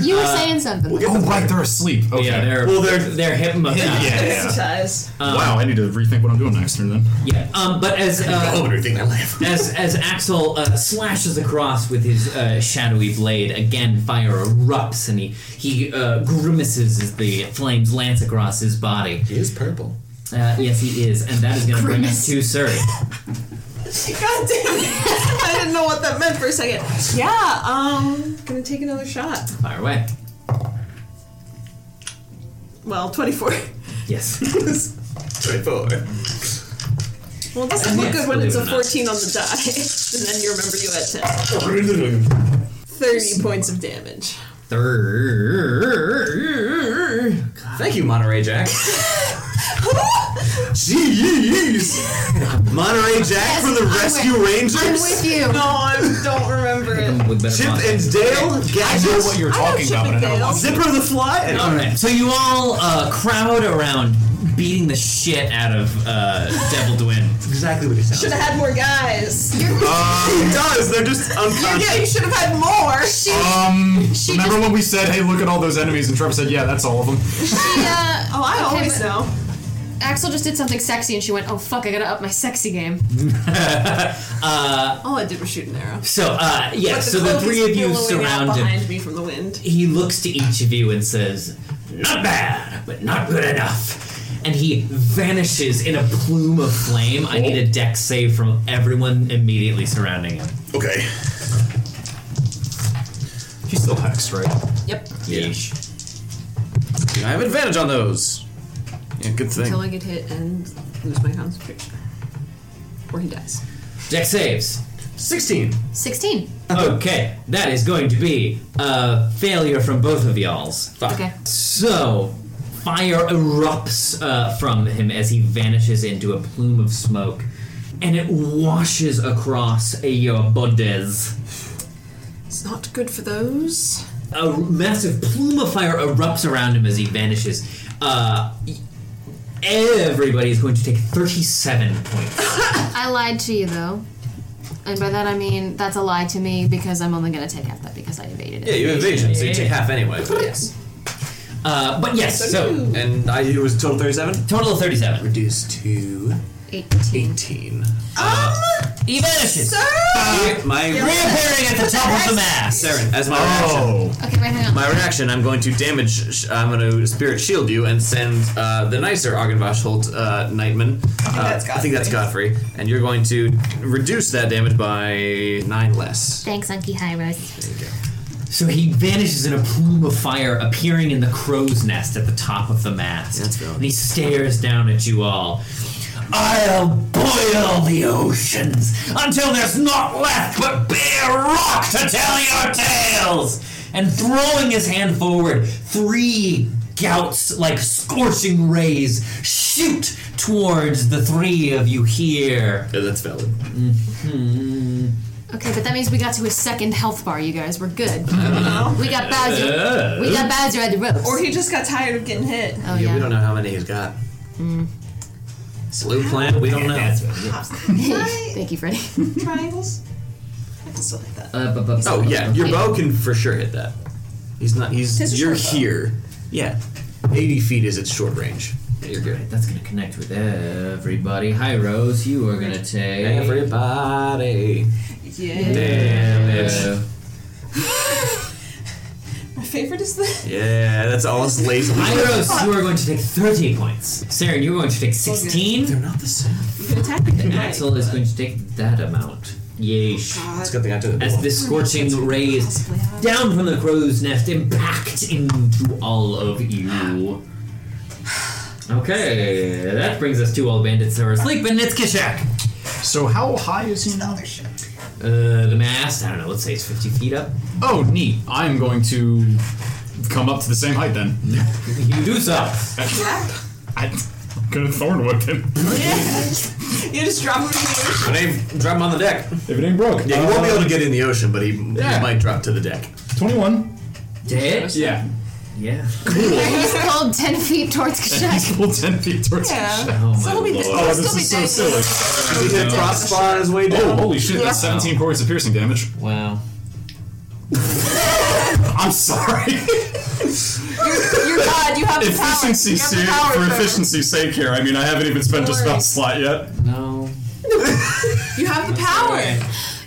You
uh,
were saying something.
oh, right, they're asleep. Okay.
Yeah, they're
Well, they're-
they're hypnotized.
yeah. yeah.
Hypnotized.
wow, I need to rethink what I'm doing next turn then.
Yeah. Um, but as uh,
everything I live.
as as Axel uh, slashes across with his uh, shadowy blade, again fire erupts and he he uh, grimaces as the flames lance across his body.
He is purple.
Uh, yes, he is, and that is going to bring us to Suri.
God damn it. I didn't know what that meant for a second. Yeah, um, gonna take another shot.
Fire away.
Well, 24.
Yes.
Straightforward.
Well, this doesn't
Yeah,
look good when it's a
believe it or not.
14 on the die. and then you remember you had 10. 30 points of damage.
Third.
Thank you, Monterey Jack. Jeez! Monterey Jack from the
I'm
Rescue
I'm
Rangers?
with you.
No, I don't remember it.
With better
Chip
mod.
and Dale? Gadgets?
you're
talking about, and I don't want
Zipper the Fly? And
All right. So you all uh, crowd around, beating the shit out of uh, Devil Dwin.
exactly what he sounds
Should have had more guys.
Uh, He does, they're just
yeah,
unconscious.
you should have had more.
Um, remember when we said, hey, look at all those enemies, and Trevor said, yeah, that's all of them.
Yeah.
Oh, I
Okay,
always
but-
know.
Axel just did something sexy, and she went, "Oh fuck, I gotta up my sexy game."
All I did was shoot an arrow.
So uh, yeah.
But
so the
cloak is
three of you
billowing out
surround him.
behind me from the wind.
he looks to each of you and says, Not bad, but not good enough. And he vanishes in a plume of flame. I
Oh.
need a deck save from everyone immediately surrounding him.
Okay.
He's still hexed, right?
Yep.
Yeesh.
You
I have advantage on those. Yeah, good
until
thing.
I get hit and lose my concentration. Or he dies.
Deck saves.
16.
16.
Uh-huh.
Okay, that is going to be a failure from both of y'all's.
Okay.
So, fire erupts uh, from him as he vanishes into a plume of smoke, and it washes across your bodies.
It's not good for those.
A massive plume of fire erupts around him as he vanishes. Uh, everybody is going to take 37 points.
I lied to you though. And by that I mean that's a lie to me because I'm only gonna take half that because I evaded
Yeah,
it.
you have evasion, so you take half anyway.
yes.
Uh, but yes, so
And I, it was total 37?
total of 37.
Reduced to
18.
18.
He vanishes,
my
reappearing at the top of the mass.
Saren, as my reaction,
Oh,
Okay, wait, hang on.
my reaction, I'm going to damage. sh- I'm going to spirit shield you and send uh, the nicer Argenvash Holt uh, Knightman. Uh,
that's
I think that's Godfrey, and you're going to reduce that damage by nine less.
Thanks, Unky Hyros.
So he vanishes in a plume of fire, appearing in the crow's nest at the top of the mast.
That's valid.
And he stares down at you all. I'll boil the oceans until there's not left but bare rock to tell your tales! And throwing his hand forward, three gouts like scorching rays shoot towards the three of you here.
Yeah, that's valid.
Okay, but that means we got to his second health bar, you guys. We're good. We got Bowser. We got Bowser at the ropes.
Or he just got tired of getting hit.
oh,
Yeah,
yeah.
we don't know how many he's got. Slew plant, we don't know.
Thank you, Freddy.
Triangles? I can still hit that.
Uh, bu- bu-
Oh yeah, your bow can for sure hit that. He's not.
It's a
He's you're
short bow.
here. Yeah, 80 feet is its short range. Yeah, you're good.
Alright, that's gonna connect with everybody. Hi, Rose. You are gonna take
Everybody.
Yeah.
damage.
My favorite is the.
Yeah, that's all it's lazy.
Hi, Rose. You are going to take thirty points. Saren, you're going to take
They're
sixteen.
not the same.
You can attack me.
And Axel is going to take that amount. Yeesh.
Uh,
It's a good thing I did it.
As the scorching rays down from the crow's nest impact into all of you. Okay, that brings us to all bandits that are asleep, and it's Kishak.
so how high is he now?
Uh, the mast, I don't know, let's say it's 50 feet up.
Oh, neat. I am going to come up to the same height then.
You do so.
I,
Gonna thorn whip him.
You just drop him in the ocean.
Name, drop him on the deck.
if it ain't broke.
Yeah, he won't be able to get in the ocean, but he,
Yeah.
he might drop to the deck.
Twenty-one.
Dead?
Yeah.
Yeah.
He's pulled 10 feet towards Kashak.
Pull ten feet towards.
Yeah.
Oh,
so
my
he'll be
lord.
Oh,
he'll
this
still
is
be
so
dead.
silly.
He did crossbar on his way
Oh,
down.
holy shit! That's seventeen points of piercing damage.
Wow.
I'm sorry.
You're God. You have the power.
efficiency
You have the
sake
power
for
Trevor.
efficiency's sake here. I mean, I haven't even spent a spell slot yet.
No.
You have the power.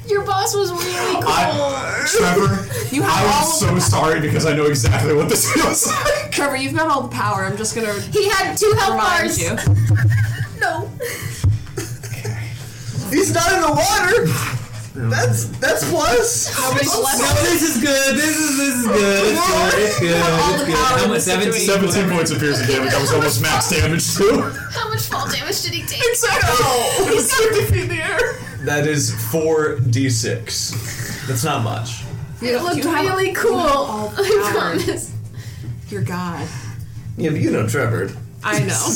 Your boss was really cool.
I, Trevor,
You have
I'm
all.
so sorry because I know exactly what this feels like.
Trevor, you've got all the power. I'm just gonna
He had two health
remind
bars.
you.
No.
He's not in the water. That's that's plus.
Nobody's
No,
left.
this is good. This is this is good. It's good. It's good. It's good.
power
How
in
much?
this
Seventeen.
situation.
Seventeen points of piercing damage. That was almost max damage too.
How much fall damage did he take?
Exactly. He's got to be there.
That is four d six. That's not much.
It looked
have-
really cool.
all
I
power.
promise.
You're God.
Yeah, but you know Trevor.
I know.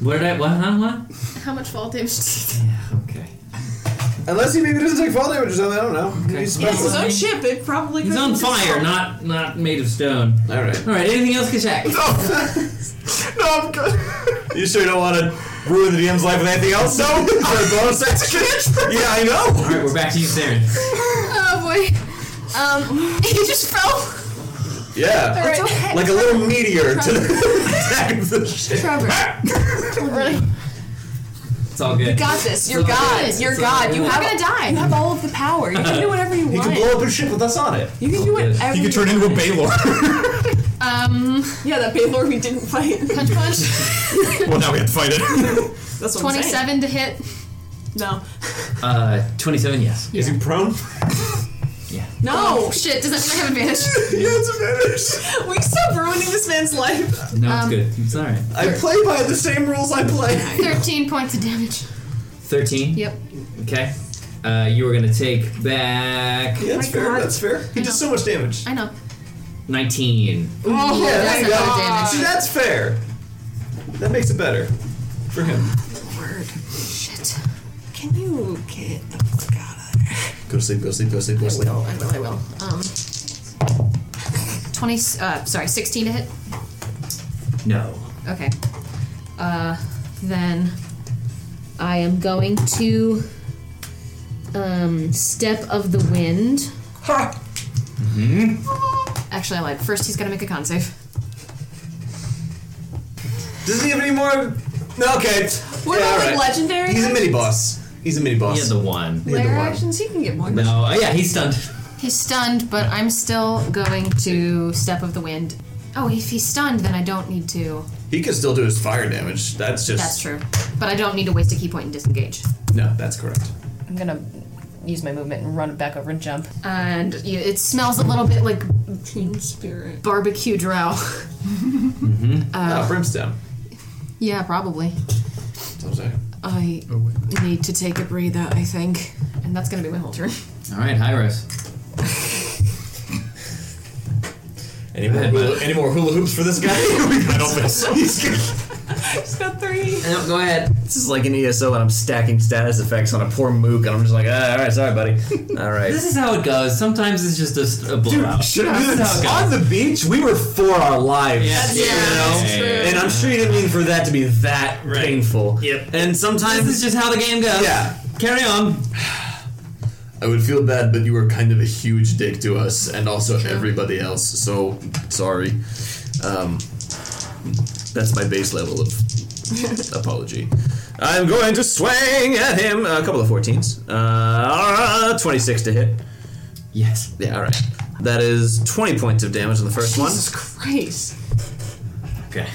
What did I? What? Huh? What?
How much fall damage did he take?
Yeah. Okay.
Unless he maybe doesn't take fall damage or something, I don't know.
Okay.
He's
It's
special.
his own ship. It probably.
He's
could
on
be just-
fire, not not made of stone.
All right.
All right. Anything else, Kashak?
No, I'm good. You sure you don't want to ruin the DM's life with anything else? No. For a bonus action? Yeah, I know.
All right. We're back to you, Saren.
Oh boy. Um, he just fell.
Yeah.
It's okay.
Like a little meteor to the back of the ship.
Trevor.
It's all good.
You got this. You're
It's all
God.
good.
You're
It's
God.
all
You
good.
have.
I'm gonna die.
You have all of the power. You can do whatever you
He
want.
can blow up his ship with us on it.
you can do
Yes.
whatever.
He could turn
want.
into a Baylor.
Um,
Yeah, that Baylor we didn't fight.
punch punch.
well, now we have to fight it.
That's what I'm saying.
27 to hit.
No.
Uh, twenty-seven. Yes.
Is he prone?
Yeah.
No.
Oh, shit, does that mean I have advantage?
yeah, it's advantage.
We stop ruining this man's life.
No, it's
Um,
good. It's all right.
I play by the same rules I play.
13 points of damage.
13?
Yep.
Okay. Uh, you are going to take back
Yeah, that's
my
fair.
God.
That's fair. He did so much damage.
I know.
19.
Oh,
Yeah, that's
thank
a lot of
God.
damage.
See, that's fair. That makes it better for him.
Word. Shit. Can you get the fuck out of there?
Go to sleep. Go to sleep. Go to sleep. Go to sleep.
I will, I will.
Um, 20, uh, sorry, 16 to hit.
No.
Okay. Uh, then I am going to um, step of the wind.
Mm-hmm.
Actually, I lied. First, he's gonna make a con save.
Does he have any more? No, okay.
What
yeah,
about
all
like
right.
legendary?
He's a
actions?
mini boss. He's a mini
He
boss.
had the one.
He had the
Lair
one.
actions. He can get more.
No. Oh, yeah, he's stunned.
He's stunned, but I'm still going to step of the wind. Oh, if he's stunned, then I don't need to.
He can still do his fire damage. That's just
That's true. But I don't need to waste a key point and disengage.
no. That's correct.
I'm gonna use my movement and run back over and jump. And you, it smells a little bit like
Teen spirit.
barbecue drow.
Oh.
ah, brimstone.
yeah, probably.
That's what I'm saying.
I need to take a breather, I think. And that's gonna be my whole turn.
All right, Hyrus.
Any more, hula, any more hula hoops for this guy? I don't think so.
He's got three.
No, go ahead. This is like an
E
ESO, and I'm stacking status effects on a poor mook, and I'm just like, ah, all right, sorry, buddy. All right.
This is how it goes. Sometimes it's just a s- a, blowout.
Should have
That's
been
how it goes.
on the beach. We were for our lives.
Yeah,
You know? And I'm sure you didn't mean for that to be that
Right.
painful.
Yep.
And
This
sometimes
is just how the game goes.
Yeah.
Carry on.
I would feel bad, but you were kind of a huge dick to us and also everybody else. So sorry. Um, that's my base level of apology.
I'm going to swing at him. A couple of 14s. Uh, 26 to hit.
Yes.
Yeah, all right. That is 20 points of damage on the first one.
Jesus Christ.
Okay.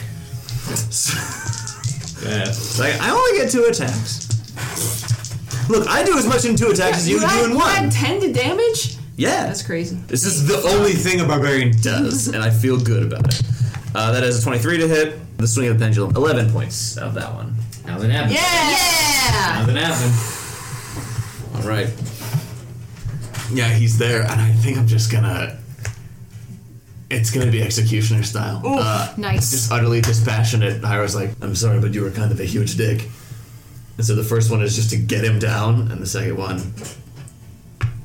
Like, I only get two attacks. Look, I do as much in two attacks as you
had-
do in
You
one.
had ten to damage.
Yeah.
That's crazy.
This is the only thing a barbarian does, and I feel good about it. Uh, that is a 23 to hit. The swing of the pendulum, 11 points of that one.
How's it happen?
Yeah.
How's it happen?
All right. Yeah, he's there, and I think I'm just gonna. It's gonna be executioner style. Uh,
Nice.
Just utterly dispassionate. Hyra's like, I'm sorry, but you were kind of a huge dick. And so the first one is just to get him down, and the second one,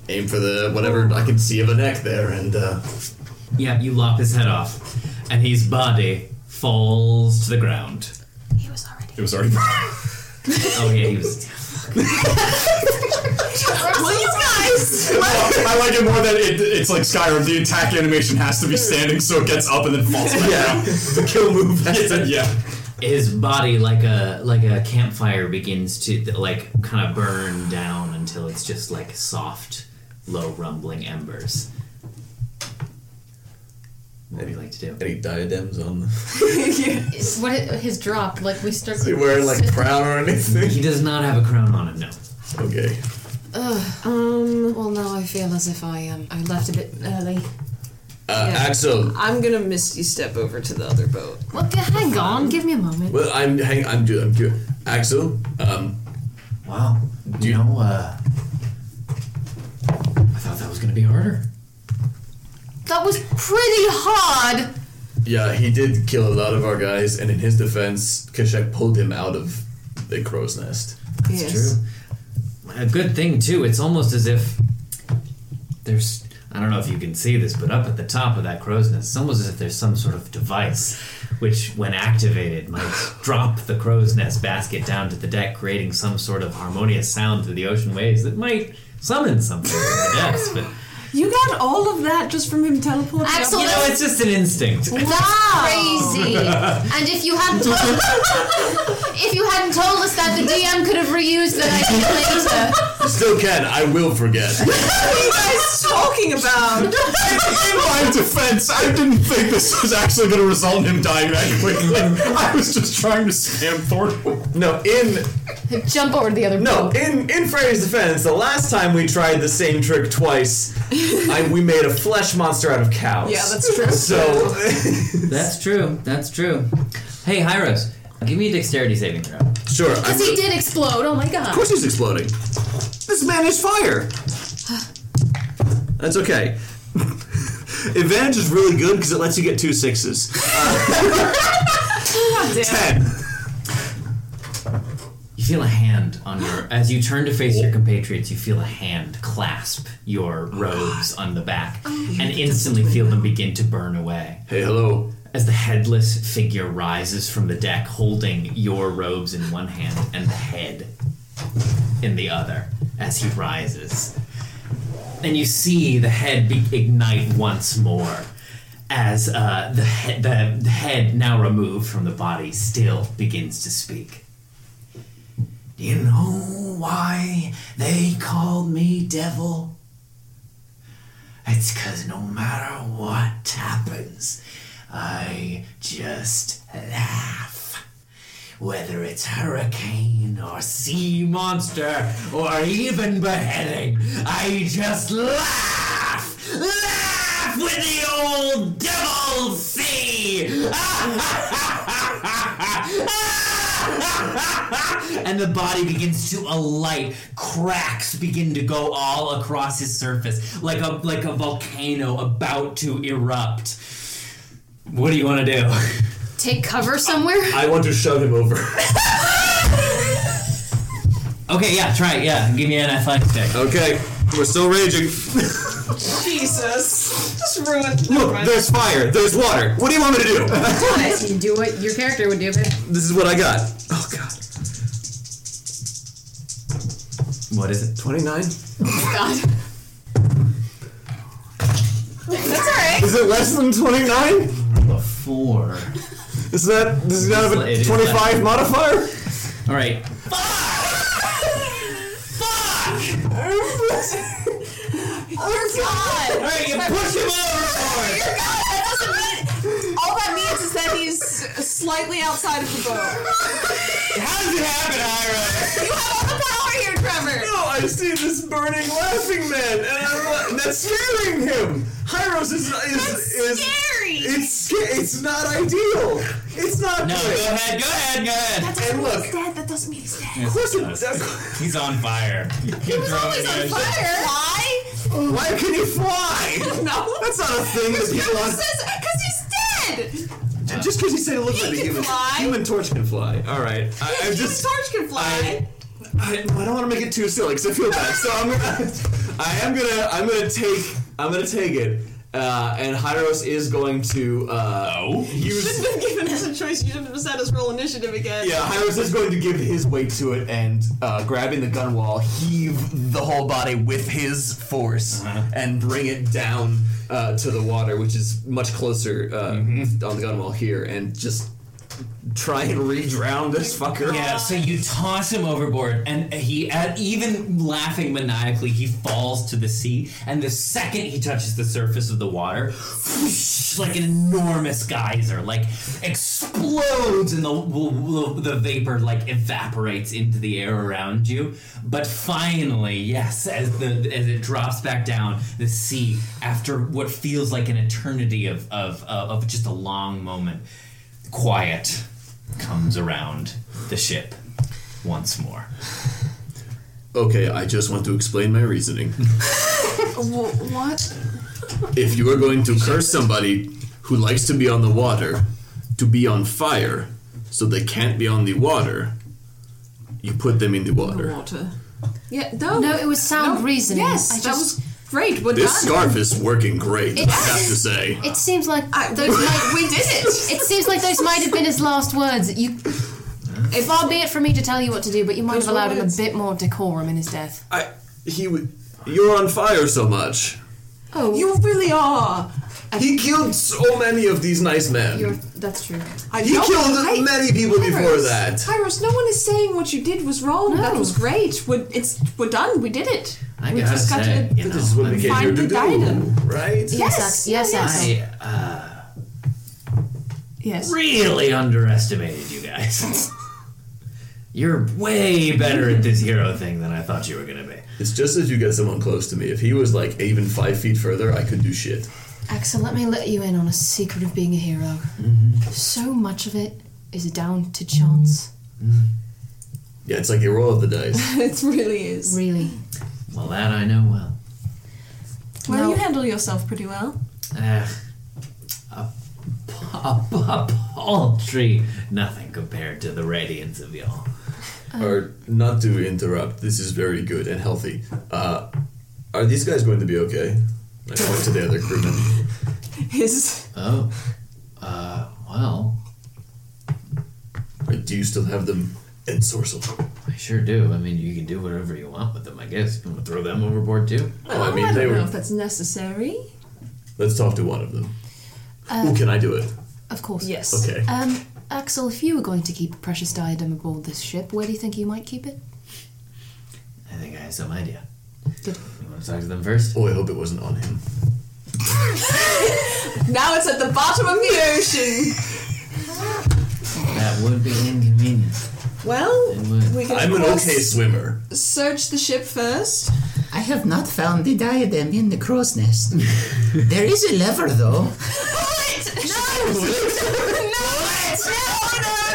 aim for the whatever I can see of a neck there, and uh,
Yeah, you lop his head off, and his body falls to the ground.
He was already.
It was already.
Oh yeah, he was.
Well, you guys.
I like it more that it, it's like Skyrim. The attack animation has to be standing, so it gets up and then falls back down.
the kill move.
Yeah. yeah.
His body, like a like a campfire, begins to like kind of burn down until it's just like soft, low rumbling embers. What would you like to do?
Any diadems on them?
What i- his drop? Like we start.
Is he wearing like a crown or anything?
He does not have a crown on him. No.
Okay.
Um,
Well, now I feel as if I um I left a bit early.
Uh,
Yeah.
Axel,
I'm gonna misty step over to the other boat.
Well, g- hang on, give me a moment.
well, I'm hang, I'm good. I'm good. Axel, um,
Wow. Do you know? Uh, I thought that was gonna be harder.
That was pretty hard.
Yeah, he did kill a lot of our guys, and in his defense, Keshek pulled him out of the crow's nest.
yes.
true. A good thing too. It's almost as if there's. I don't know if you can see this, but up at the top of that crow's nest, it's almost as if there's some sort of device which, when activated, might drop the crow's nest basket down to the deck, creating some sort of harmonious sound through the ocean waves that might summon something from the depths. But
You got all of that just from him teleporting. up
Axel,
you know, it's just an instinct.
Crazy. and if you hadn't told, if you hadn't told us that, the DM could have reused that idea later.
Still can, I will forget.
What are you guys talking about?
In my defense, I didn't think this was actually going to result in him dying that quickly. I was just trying to spam Thornwood.
no, in
Jump over to the other
no, in in Freddy's defense, the last time we tried the same trick twice,
I, we made a flesh monster out of cows.
Yeah, that's true.
So
That's true. That's true. Hey, Hyros, give me a dexterity saving throw.
Sure.
Because he did explode. Oh my god. Of
he's exploding. This man is fire. That's okay. Advantage is really good because it lets you get two sixes.
Uh,
Ten. You feel a hand on your as you turn to face your compatriots. You feel a hand clasp your robes on the back, and instantly feel them begin to burn away.
Hey, hello.
As the headless figure rises from the deck, holding your robes in one hand and the head in the other, as he rises, and you see the head be- ignite once more as uh, the, he- the, the head, now removed from the body, still begins to speak. Do you know why they called me devil? It's because no matter what happens, I just laugh. Whether it's hurricane or sea monster or even beheading, I just laugh! Laugh with the old devil sea!
and the body begins to alight. Cracks begin to go all across his surface, like a like a volcano about to erupt. What do you want to do?
Take cover somewhere.
I want to shove him over. okay, yeah, try it. Yeah, give me an athletics check.
Okay, we're still raging.
Jesus. Just ruined.
Look, there's fire. There's water. What do you want me to do?
you do what your character would do. Babe.
this is what I got.
What is it?
29?
God.
That's alright.
Is it less than 29?
A four.
Is that, does he not have
It
a
is
25
less.
modifier?
All right.
You're gone.
All right, you push him overboard.
You're gone. That doesn't mean. All that means is that he's slightly outside of the boat. How
does it happen, Ira?
You have all the power here, Trevor.
No, I see this burning laughing man, and I'm like, and that's scaring him. Hyros is is is
scary.
It's sca- it's not ideal. It's not.
No,
good.
go ahead, go ahead, go
That
ahead.
doesn't
And
mean
look.
he's dead. That doesn't mean he's dead.
Of course, it,
He's on fire. He
was always on fire. Why?
why can he fly?
No.
That's not a thing that people on.
Because he's dead.
Just because you say it looks like a
can
human,
fly.
human torch can fly. All right, I, I'm
Human
just.
torch can fly.
I, I don't want to make it too silly because I feel bad. So I'm gonna, I am gonna, I'm gonna take, I'm gonna take it. Uh, and Hyros is going to uh,
You
use
should have been given us a choice. You should have just had us roll initiative again.
Yeah, Hyros is going to give his weight to it and, uh, grabbing the gun wall, heave the whole body with his force and bring it down uh, to the water, which is much closer uh, on the gun wall here, and just try and re drown this fucker.
Yeah, so you toss him overboard, and he, at, even laughing maniacally, he falls to the sea. And the second he touches the surface of the water, whoosh, like an enormous geyser, like explodes, and the, the, the vapor like evaporates into the air around you. But finally, yes, as the as it drops back down, the sea, after what feels like an eternity of of, of, of just a long moment, quiet comes around the ship once more.
Okay, I just want to explain my reasoning.
Wh- what?
if you are going to curse somebody who likes to be on the water to be on fire so they can't be on the water, you put them in the water.
Water. Yeah. No.
No, it was sound reasoning.
Yes,
I
that
just-
was great. We're
This
done.
scarf is working great, I
It's-
have to say.
It seems like those might.
we did it.
It seems like those might have been his last words. You. Far be it from me to tell you what to do, but you might have allowed him a bit more decorum in his death.
I, he, w- you're on fire so much.
Oh,
You really are.
He killed so many of these nice men.
you're, that's true.
I
He
don't-
killed
I-
many people before
Tyros,
that.
Tyros, no one is saying what you did was wrong. That
No.
was great. We're, it's, we're done. We did it.
I
we
gotta
just got
say,
to
you know,
This is what we came here
find
to
the
do,
item.
right?
Yes.
Yes, yes, yes.
I uh,
Yes.
really underestimated you guys. You're way better at this hero thing than I thought you were gonna be.
It's just as you get someone close to me. If he was like even five feet further, I could do shit.
Axel, let me let you in on a secret of being a hero. So much of it is down to chance.
Yeah, it's like you roll of the dice.
it really is.
Really.
Well, that I know well.
Well, you handle yourself pretty well.
Uh, a, pa- a, pa- paltry nothing compared to the radiance of y'all.
or not to interrupt, this is very good and healthy. Uh, are these guys going to be okay? I point to the other crewmen.
His
Oh, uh, well,
Or do you still have them in Sorcel?
I sure do. I mean, you can do whatever you want with them, I guess. You want to throw them overboard too?
Oh, I mean,
I
they
don't know
were.
if that's necessary.
Let's talk to one of them.
Uh,
Ooh, can I do it?
Of course.
Yes.
Okay.
Um, Axel, if you were going to keep a precious diadem aboard this ship, where do you think you might keep it?
I think I have some idea.
Good.
You want to talk to them first?
Oh, I hope it wasn't on him.
Now it's at the bottom of the ocean.
That would be inconvenient.
Well,
It would.
we can
I'm
of
an
course,
okay swimmer.
search the ship first.
I have not found the diadem in the crow's nest. there is a lever, though.
No! no!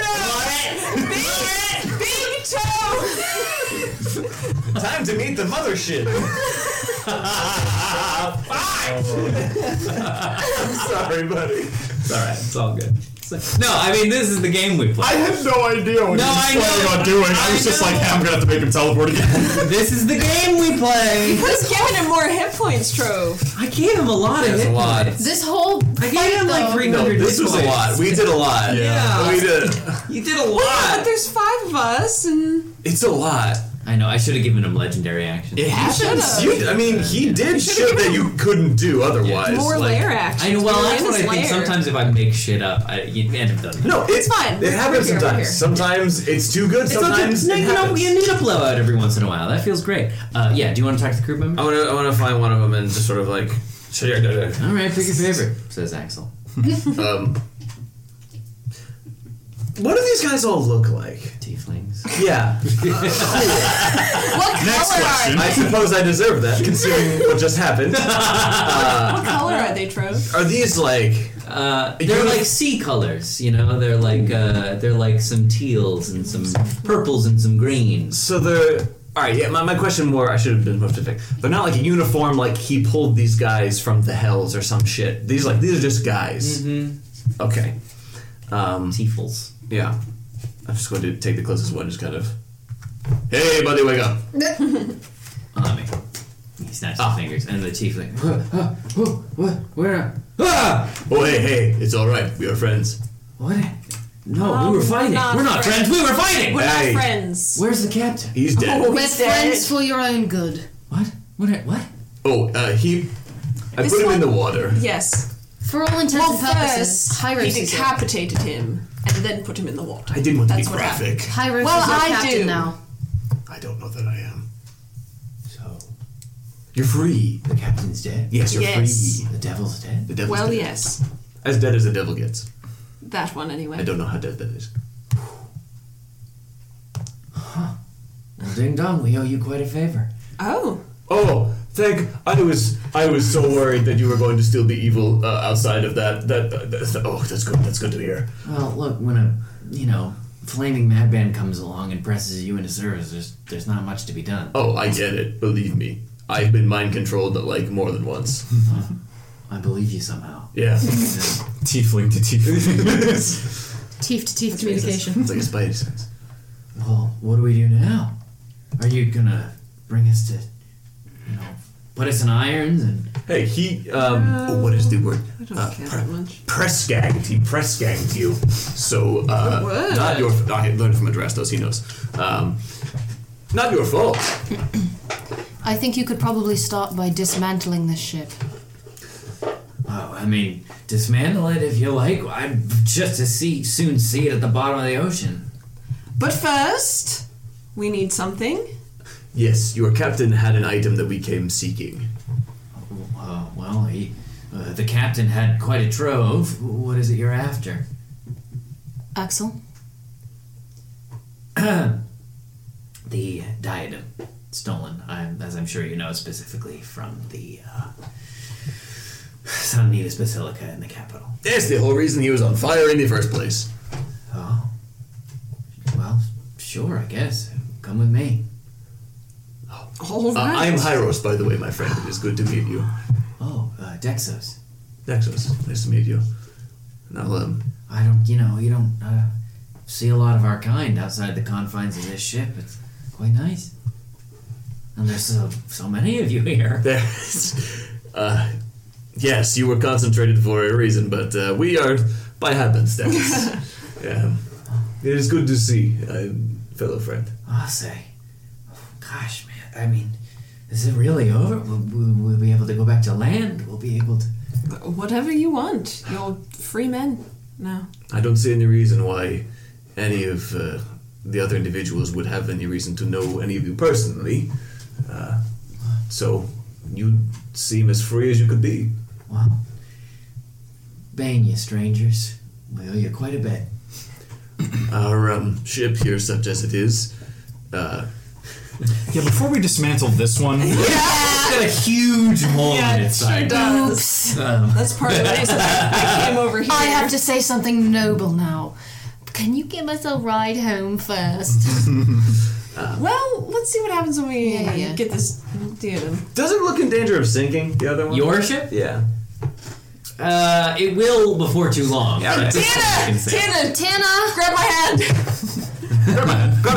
No! No! Big, big toe!
Time to meet the mothership.
I'm sorry, buddy.
It's all right. It's all good. It's like- no, I mean this is the game we play. I had no idea
what
no,
he
I
was planning
know.
on doing. I was just like, hey, I'm gonna have to make him teleport again.
this is the game we play.
Who's giving him more hit points, Trove?
I gave him a lot of
That's
hit
a lot.
points.
This whole
I gave him like 300
No, this
hit
was a
points.
lot. We did a lot.
Yeah.
We did.
You did a
Well,
lot.
but there's five of us, and
It's a lot.
I know. I should have given him legendary action.
It
happens.
You, I mean, he did shit that you couldn't do otherwise.
more
like-
layer action.
I know. Well,
We're
that's
in
what I
this
think.
lair.
Sometimes if I make shit up, I, you end up done.
No,
It's fine.
It happens
We're here, we're
sometimes.
here.
Sometimes it's too good.
It's not
sometimes
that-
it
no,
happens.
you need a blowout every once in a while. That feels great. Uh, yeah. Do you want to talk to the crew member?
I want to. I want to find one of them and just sort of like.
All right. Pick your favorite. Says Axel.
Um, what do these guys all look like?
Tieflings.
Yeah.
What color are
I suppose I deserve that, considering what just happened. Uh,
What color are they, Trove?
are these like?
Uh, they're like sea colors, you know. They're like uh, they're like some teals and some purples and some greens.
So the all right, yeah. My, my question more, I should have been more specific. They're not like a uniform. Like he pulled these guys from the hells or some shit. These like these are just guys. Mm-hmm. Okay. Um,
Tiefels.
Yeah. I'm just going to take the closest one. Just kind of. Hey, buddy, wake up.
On me. He snaps his fingers, and the tiefling.
What? Where? Ah! Oh, hey, hey.
It's all right. We are friends.
What?
No,
Um,
we were fighting.
not
we're not friends.
friends.
We were fighting.
We're
Hey.
not friends.
Where's the captain?
He's dead.
Oh,
We're
he's dead.
friends for your own good.
What? What?
Oh, uh, he. I
This
put him
one-
in the water.
Yes.
For all intents
Well,
and purposes,
first,
Hyros
he
is your,
decapitated him and then put him in the water.
I didn't want to
That's
be
what happened.
graphic.
Hyros
Well,
is your
I
captain
do.
now.
I don't know that I am.
So
You're free.
the captain's dead.
Yes, you're
Yes.
free.
The devil's dead.
The devil's
Well,
dead.
yes.
As dead as the devil gets.
That one,
I
anyway.
don't know how dead that is.
Well, ding dong, we owe you quite a favor.
Oh.
Oh, thank. I was I was so worried that you were going to still be evil uh, outside of that. That, that, that- Oh, that's good. That's good to hear.
Well, look, when a you know flaming madman comes along and presses you into service, there's there's not much to be done.
Oh, I get it. Believe me, I've been mind controlled like more than once.
I believe you somehow.
Yeah, it's
tiefling to tiefling.
Teeth to teeth communication.
like a spider sense.
Well, what do we do now? Are you gonna bring us to, you know, put us in irons and
Hey, he. Um, oh, what is the word?
I don't
Uh,
care
pre-
that much.
press gagged. He press gagged you. So uh,
What?
not your. I learned from Adrastos. He knows. Um, not your fault.
I think you could probably start by dismantling this ship.
Oh, I mean, dismantle it if you like. I'd just to see soon see it at the bottom of the ocean.
But first, we need something.
Yes, your captain had an item that we came seeking.
Uh, well, he, uh, the captain had quite a trove. What is it you're after?
Axel,
Ahem. stolen, I'm, as I'm sure you know, specifically from the uh, San Nidas Basilica in the capital.
That's the whole reason he was on fire in the first place.
Oh. Well, sure, I guess. Come with me.
All
Uh,
right.
I am Hyros, by the way, my friend. It is good to meet you.
Oh, uh, Dexos.
Dexos, nice to meet you. Now, um,
I don't, you know, you don't uh, see a lot of our kind outside the confines of this ship. It's quite nice. And there's so, so many of you here.
There's, uh, yes, you were concentrated for a reason, but uh, we are by happenstance. yeah. It is good to see, uh, fellow friend.
I Ah, say, gosh, man, I mean, is it really over? Will, will, will we be able to go back to land? We'll be able to.
Whatever you want. You're free men now.
I don't see any reason why any of uh, the other individuals would have any reason to know any of you personally. Uh, so you seem as free as you could be.
Well, bang you, strangers. We owe you quite a bit.
Our um, ship here, such as it is, uh,
Yeah, before we dismantle this one,
it's
got a huge hole
Yeah,
in
it
its
sure
side.
does.
Um,
That's part of the reason I came over here.
I have to say something noble now. Can you give us a ride home first?
well, let's see what happens when we get this demon.
Does it look in danger of sinking, the other one?
Your ship?
Yeah.
Uh, it will before too long.
Yeah,
That's
right.
all I can say.
Tana, grab my hand.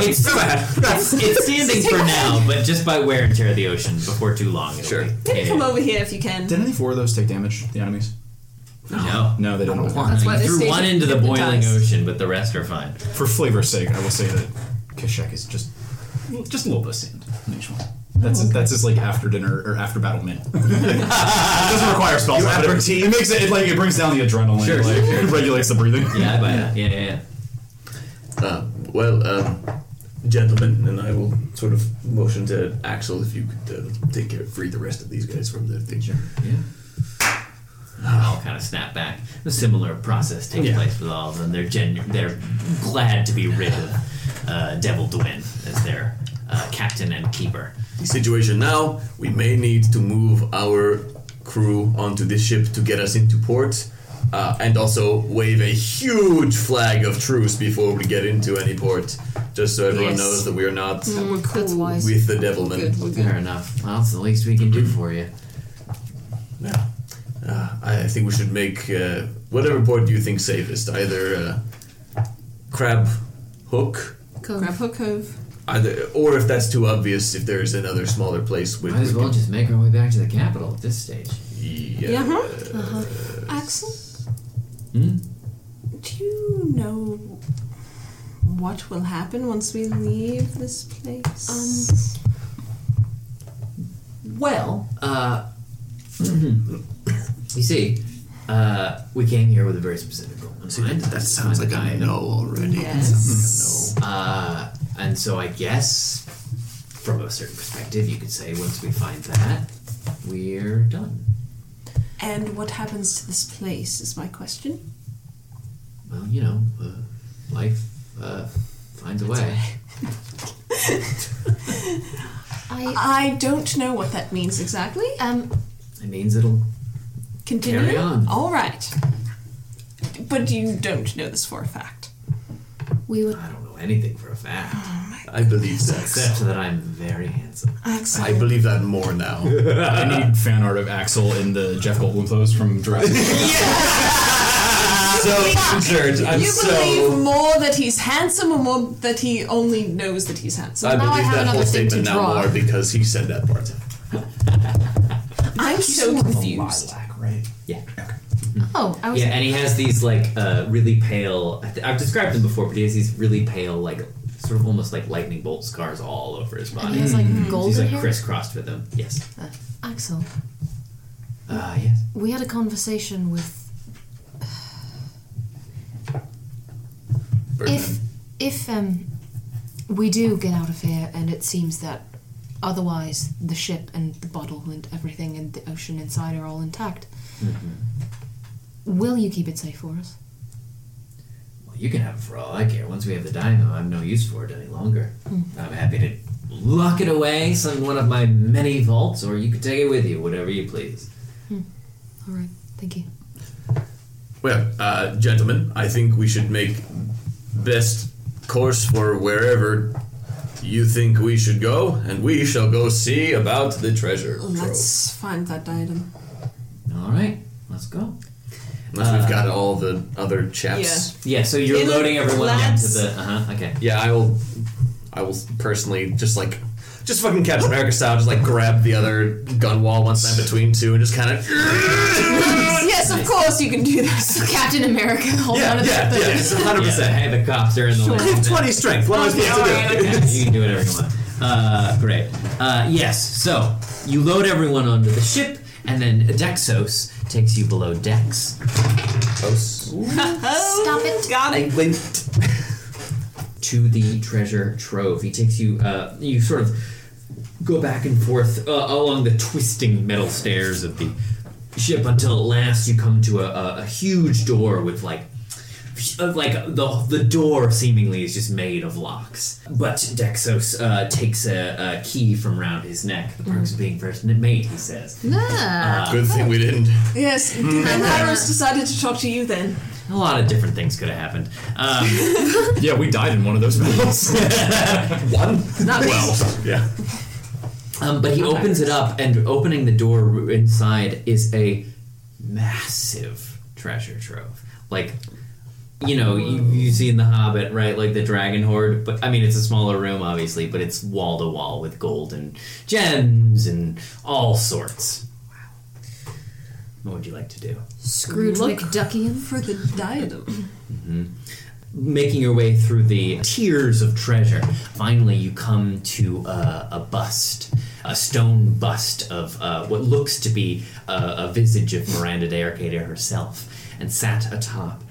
It's, it's, it's standing for now, but just by wear and tear of the ocean before too long. Sure.
Maybe come over here if you can.
did any four of those take damage? The enemies?
No.
No, they didn't.
That's why they
threw
stay
one into the
hypnotized.
boiling ocean, but the rest are fine.
For flavor's sake, I will say that Keshek is just just a little bit of sand in each one. That's that's his like after dinner or after battle meal. it doesn't require spells.
You
but it, it makes it, it like it brings down the adrenaline.
Sure,
like,
sure, sure.
It regulates the breathing.
Yeah, I buy that. Yeah, yeah,
Uh, well, um, gentlemen, and I will sort of motion to Axel if you could uh, take care, free the rest of these guys from the thing.
Yeah. I'll kind of snap back. A similar process takes
Yeah.
place with all of them. They're gen- they're glad to be rid of uh, Devil Dwin as their uh, captain and keeper.
The situation now, we may need to move our crew onto this ship to get us into port, uh, and also wave a huge flag of truce before we get into any port, just so everyone
Yes.
knows that we are not
Mm, That's wise.
with the devilman.
Fair enough. Well, it's the least we can do for you.
Yeah. Uh, I I think we should make uh, whatever port you think safest. Either uh, Crab Hook,
Grab Hook Cove.
either, or if that's too obvious, if there's another smaller place with. uh,
Might as well just make our way back to the capital at this stage.
Yeah.
Yeah. huh Axel,
Hmm?
do you know what will happen once we leave this place?
Well, uh, you see, uh, we came here with a very specific goal. in mind. That sounds like I know already.
Yes.
Uh, and so I guess, from a certain perspective, you could say once we find that, we're done.
and what happens to this place is my question.
Well, you know, uh, life uh, finds a way.
I, don't know what that means exactly.
Um,
It means it'll.
Continue.
carry on.
All right. But you don't know this for a fact.
we would.
I don't know anything for a fact.
I believe that.
Except that I'm very handsome.
Axel.
I believe that more now.
I need fan art of Axel in the Jeff Goldblum clothes from Jurassic.
so George, I'm
you
so.
believe more that he's handsome or more that he only knows that he's handsome?
I believe that whole statement now more because he said that part.
I'm so confused.
Yeah.
Oh, I was.
Yeah, and he has these like uh, really pale. I th- I've described them before, but he has these really pale, like sort of almost like lightning bolt scars all over his body. Hmm.
And he has, like, Mm. golden
He's like
hair?
crisscrossed with them. Yes.
Uh, Axel,
Uh, yes.
we had a conversation with. If if um, we do get out of here, and it seems that otherwise the ship and the bottle and everything and the ocean inside are all intact, will you keep it safe for us? Hmm.
Well, you can have it for all I care. Once we have the dynamo, I have no use for it any longer. I'm happy to lock it away, some one of my many vaults, or you could take it with you, whatever you please.
All right, thank you.
Well, uh, gentlemen, I think we should make best course for wherever you think we should go, and we shall go see about the treasure
Oh,
trove.
Let's find that item.
All right, let's go.
Unless we've got all the other chaps.
Yeah. Yeah, so you're Either loading everyone lads- onto the- uh-huh, okay.
Yeah, I will. I will personally just like. Just fucking Captain America style, just like grab the other gun wall once I'm between two and just kind of.
yes, of course you can do this.
Captain America, hold
yeah,
on to
yeah,
that
yeah, it's 100%.
hey, the cops are in the
Sure. I have 20 strength. What am I supposed to do?
Yeah, you can do whatever you want. Uh, great. Uh, yes, so you load everyone onto the ship, and then Dexos takes you below decks.
Stop it.
Got
I went to the treasure trove. He takes you. Uh, you sort of go back and forth uh, along the twisting metal stairs of the ship until at last you come to a, a, a huge door with like of, like the the door seemingly is just made of locks. But Dexos uh, takes a, a key from round his neck. The perks of being first mate, he says.
Nah.
Ah.
Good thing we
didn't.
Yes,
Mm.
and Harris decided to talk to you then.
A lot of different things could have happened. Um, yeah, we died in one of those battles. one?
Not
yeah.
Um, but he opens it up, and opening the door inside is a massive treasure trove. Like, you know, you, you see in The Hobbit, right? Like the dragon horde. But I mean, it's a smaller room, obviously, but it's wall to wall with gold and gems and all sorts. What would you like to do?
Scrooge
Look
McDuckian
for the diadem.
making your way through the tiers of treasure, finally you come to uh, a bust, a stone bust of uh, what looks to be a, a visage of Miranda de Arcadia herself, and sat atop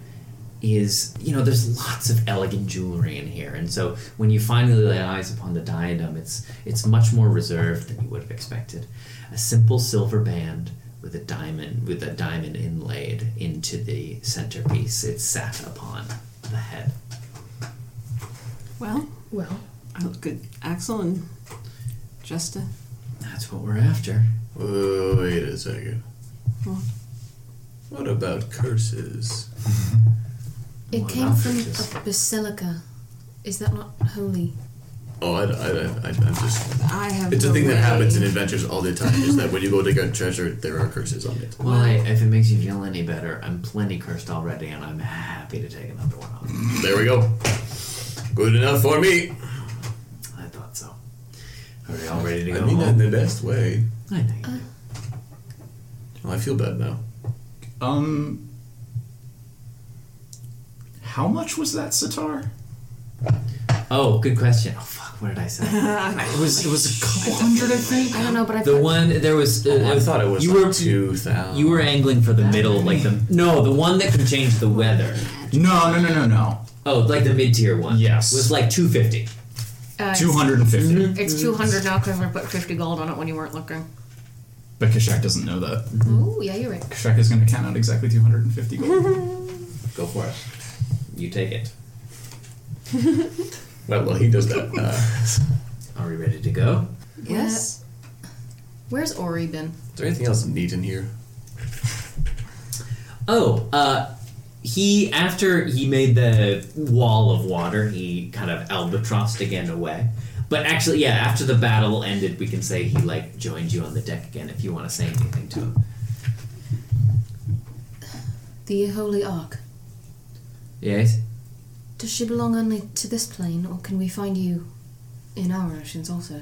is you know there's lots of elegant jewelry in here and so when you finally lay eyes upon the diadem it's it's much more reserved than you would have expected a simple silver band with a diamond with a diamond inlaid into the centerpiece it's sat upon the head
Well,
well.
I look good. Axel and Jesta.
That's what we're after.
Oh, wait a second.
What?
What about curses?
It
Well,
came
I'll
from
just-
a basilica. Is that not holy?
Oh, I, I, I, I'm just.
I have
It's a
no
thing
way.
that happens in adventures all the time. Is that when you go to get treasure, there are curses on it.
well I, if it makes you feel any better i'm plenty cursed already and i'm happy to take another one off
There we go. Good enough for me.
i thought so are we all ready to
I
go
mean that in
home?
the best way.
I know you do.
Oh, I feel bad now.
Um, how much was that sitar?
Oh, good question. Oh fuck, what did I say?
it was it was a couple hundred, I think.
I don't know, but I
The one there was. Uh, I thought
it was
you were
two thousand.
You were angling for the middle, like the no, the one that can change the weather.
No, no, no, no, no.
Oh, like the mid tier one. Yes, was like two fifty.
Uh,
Two hundred and fifty.
It's 200 now because I put 50 gold on it when you weren't looking.
But Kashak doesn't know that.
Oh, yeah, you're right.
Kashak is going to count out exactly two hundred and fifty gold.
Go for it. You take it.
Well, well, he does that. Uh,
Are we ready to go?
Yes.
Where's Ori been?
is there anything else neat in here?
Oh, uh, he after he made the wall of water, he kind of albatrossed again away. But actually, yeah, after the battle ended, we can say he like joined you on the deck again. If you want to say anything to him.
The holy ark.
Yes.
Does she belong only to this plane, or can we find you in our oceans also?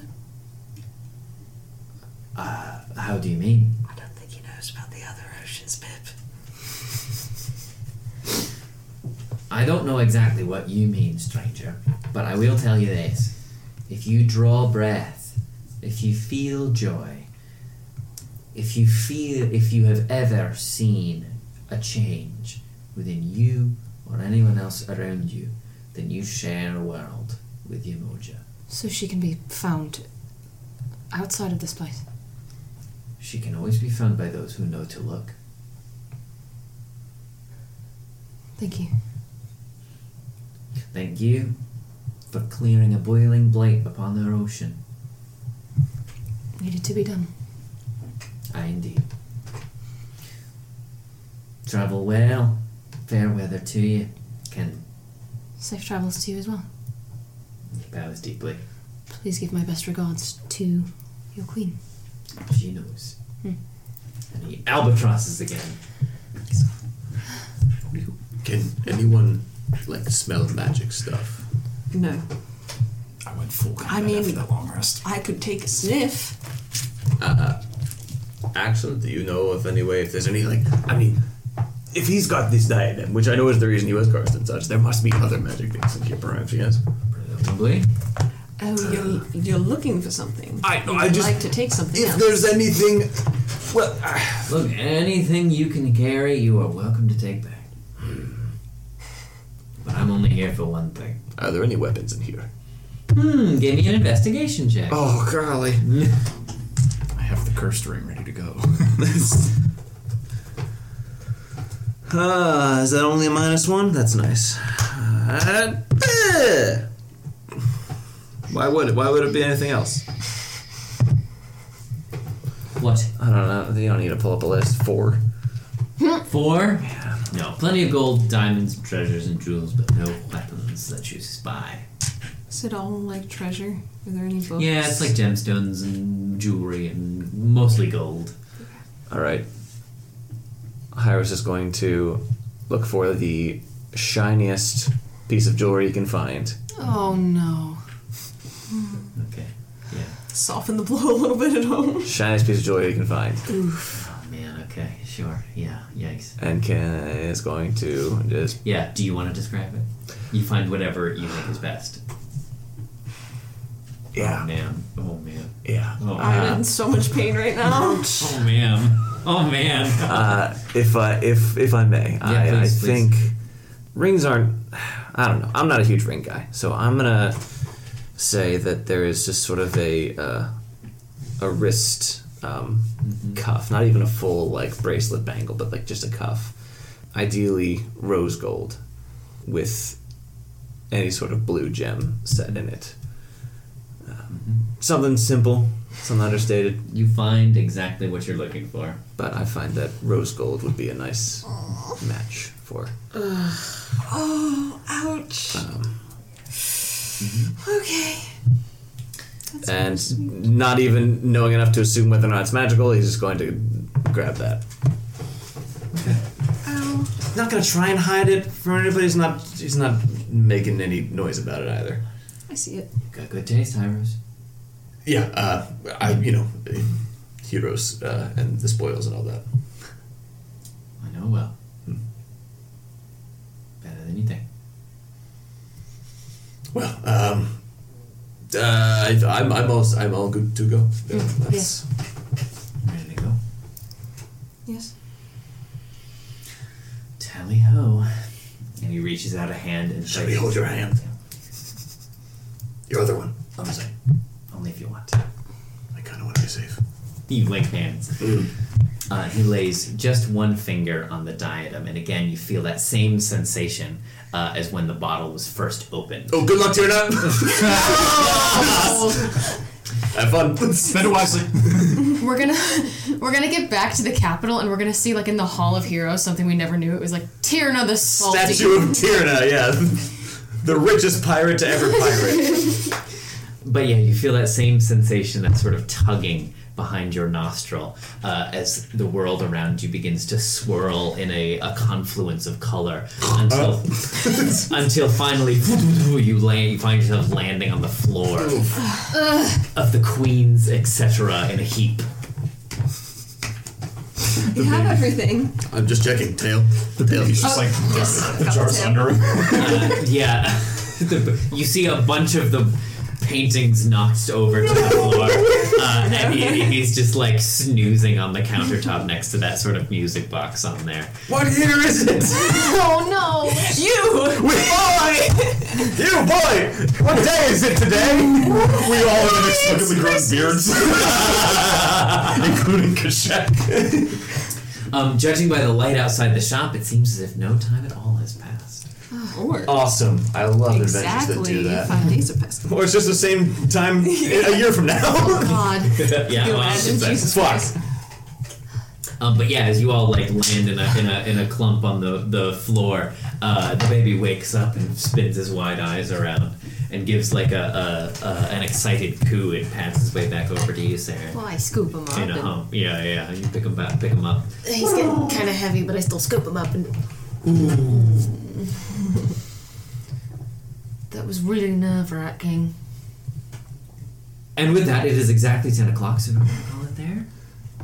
Uh, how do you mean?
I don't think he knows about the other oceans, Pip.
I don't know exactly what you mean, stranger, but I will tell you this. If you draw breath, if you feel joy, if you feel if you have ever seen a change within you or anyone else around you, then you share a world with Yamoja.
So she can be found outside of this place.
She can always be found by those who know to look.
Thank you.
Thank you for clearing a boiling blight upon our ocean.
Needed to be done.
Aye, indeed. Travel well. Fair weather to you. Can
Safe travels to you as well.
bows deeply.
Please give my best regards to your queen.
She knows.
Hmm.
And the albatrosses again.
Can anyone like smell magic stuff?
No.
I went full.
I mean, I could take a sniff.
Uh, Axel, do you know if any way if there's any like I mean, if he's got this diadem, which I know is the reason he was cursed and such, there must be other magic things in here, perhaps. Yes,
probably.
Oh, you're, you're looking for something.
I-
You'd
I just-
like to take something.
if
else.
there's anything, well,
Look, anything you can carry, you are welcome to take back. But I'm only here for one thing.
Are there any weapons in here?
Hmm, give me an investigation check.
Oh, golly.
I have the cursed ring ready to go.
Uh, is that only a minus one? That's nice. Uh, eh. why would it? Why would it be anything else?
What? Uh,
I don't know. You don't need to pull up a list. Four.
Four? No, plenty of gold, diamonds, treasures, and jewels, but no weapons that you spy.
Is it all like treasure? Are there any books?
Yeah, it's like gemstones and jewelry and mostly gold.
All right. Hyrus is going to look for the shiniest piece of jewelry he can find.
Oh no.
Okay.
soften the blow a little bit at home.
Shiniest piece of jewelry he can find,
Oof.
Oh man, okay, sure. Yeah, yikes.
and can is going to just
Yeah, do you want to describe it? You find whatever you think is best.
Yeah.
Oh man. Oh man.
Yeah.
Oh
I'm
man.
in so much pain right now.
Oh man. Oh man.
uh, if I if if I may, I,
please, please.
I think rings aren't. I don't know. I'm not a huge ring guy, so I'm gonna say that there is just sort of a uh, a wrist um, cuff, not even a full like bracelet bangle, but like just a cuff. Ideally, rose gold with any sort of blue gem set in it. Um, something simple, something understated.
You find exactly what you're looking for.
But I find that rose gold would be a nice match for.
oh, ouch.
Um,
Okay.
and not even knowing enough to assume whether or not it's magical, he's just going to grab that.
Ow.
Not gonna try and hide it from anybody. He's not. He's not making any noise about it either.
I see it.
Got good taste, Hyros.
Yeah. Uh, I. You know, heroes uh, and the spoils and all that.
I know well.
Hmm.
Better than you think.
Well. Um, uh, I'm. I'm all. I'm all good to go. Yeah, that's-
Ready to go.
Yes.
Tally ho. And he reaches out a hand and
Let me hold your hand. Your other one. I'm saying.
Only if you want.
I kind of want to be safe.
You link hands. Uh, he lays just one finger on the diadem, and again, you feel that same sensation uh, as when the bottle was first opened.
Oh, good luck, Tierna. Have fun.
Spend it wisely.
We're gonna we're gonna get back to the capital and we're gonna see like in the Hall of Heroes something we never knew. It was like Tierna the Salty.
Statue of Tierna, yeah. The richest pirate to ever pirate.
But yeah, you feel that same sensation, that sort of tugging behind your nostril uh, as the world around you begins to swirl in a, a confluence of color until until finally you land, you find yourself landing on the floor
Ugh.
of the queens, etc., in a heap.
You have everything.
I'm just checking tail. The tail.
He's
just, Oh, like, yes, I've got jars the tail. under
him.
uh, yeah, The- you see a bunch of the paintings knocked over to the floor, uh, and he, he's just like snoozing on the countertop next to that sort of music box on there.
What year is it?
Oh no!
You! Boy!
You boy! What day is it today? we all have inexplicably grown beards.
Including Kashak. um, judging by the light outside the shop, it seems as if no time at all has passed.
Lord.
Awesome. I love adventures that
Exactly.
do that.
Five days of pest.
Or it's just the same time a year from now.
Oh, God.
yeah,
You
well,
imagine,
it's like-
Jesus
fuck.
Christ.
Um, but yeah, as you all like land in a in a, in a clump on the the floor, uh, the baby wakes up and spins his wide eyes around and gives like a, a, a an excited coo and pats his way back over to you, Sarah.
Well, I scoop him up.
in a
and-
hump. Yeah, yeah. You pick him back, pick him up.
He's getting kind of heavy, but I still scoop him up. And that was really nerve wracking.
And with that, it is exactly 10 o'clock, so we're going to call it there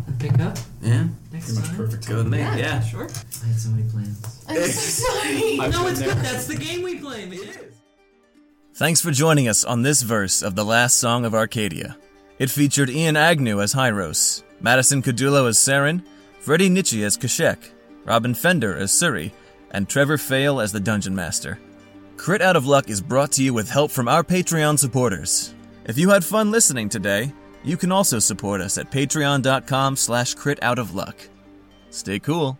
and pick up.
Yeah.
Next
Pretty much
time.
perfect Go with me, Yeah, yeah.
sure. I had so many plans.
I'm so sorry.
no,
been
it's
there.
good. That's the game we play, man.
Thanks for joining us on this verse of The Last Song of Arcadia. It featured Ian Agnew as Hyros, Madison Cadulo as Saren, Freddie Nietzsche as Kashek, Robin Fender as Suri, and Trevor Fail as the Dungeon Master. Crit Out of Luck is brought to you with help from our Patreon supporters. If you had fun listening today, you can also support us at patreon.com slash critoutof luck. Stay cool.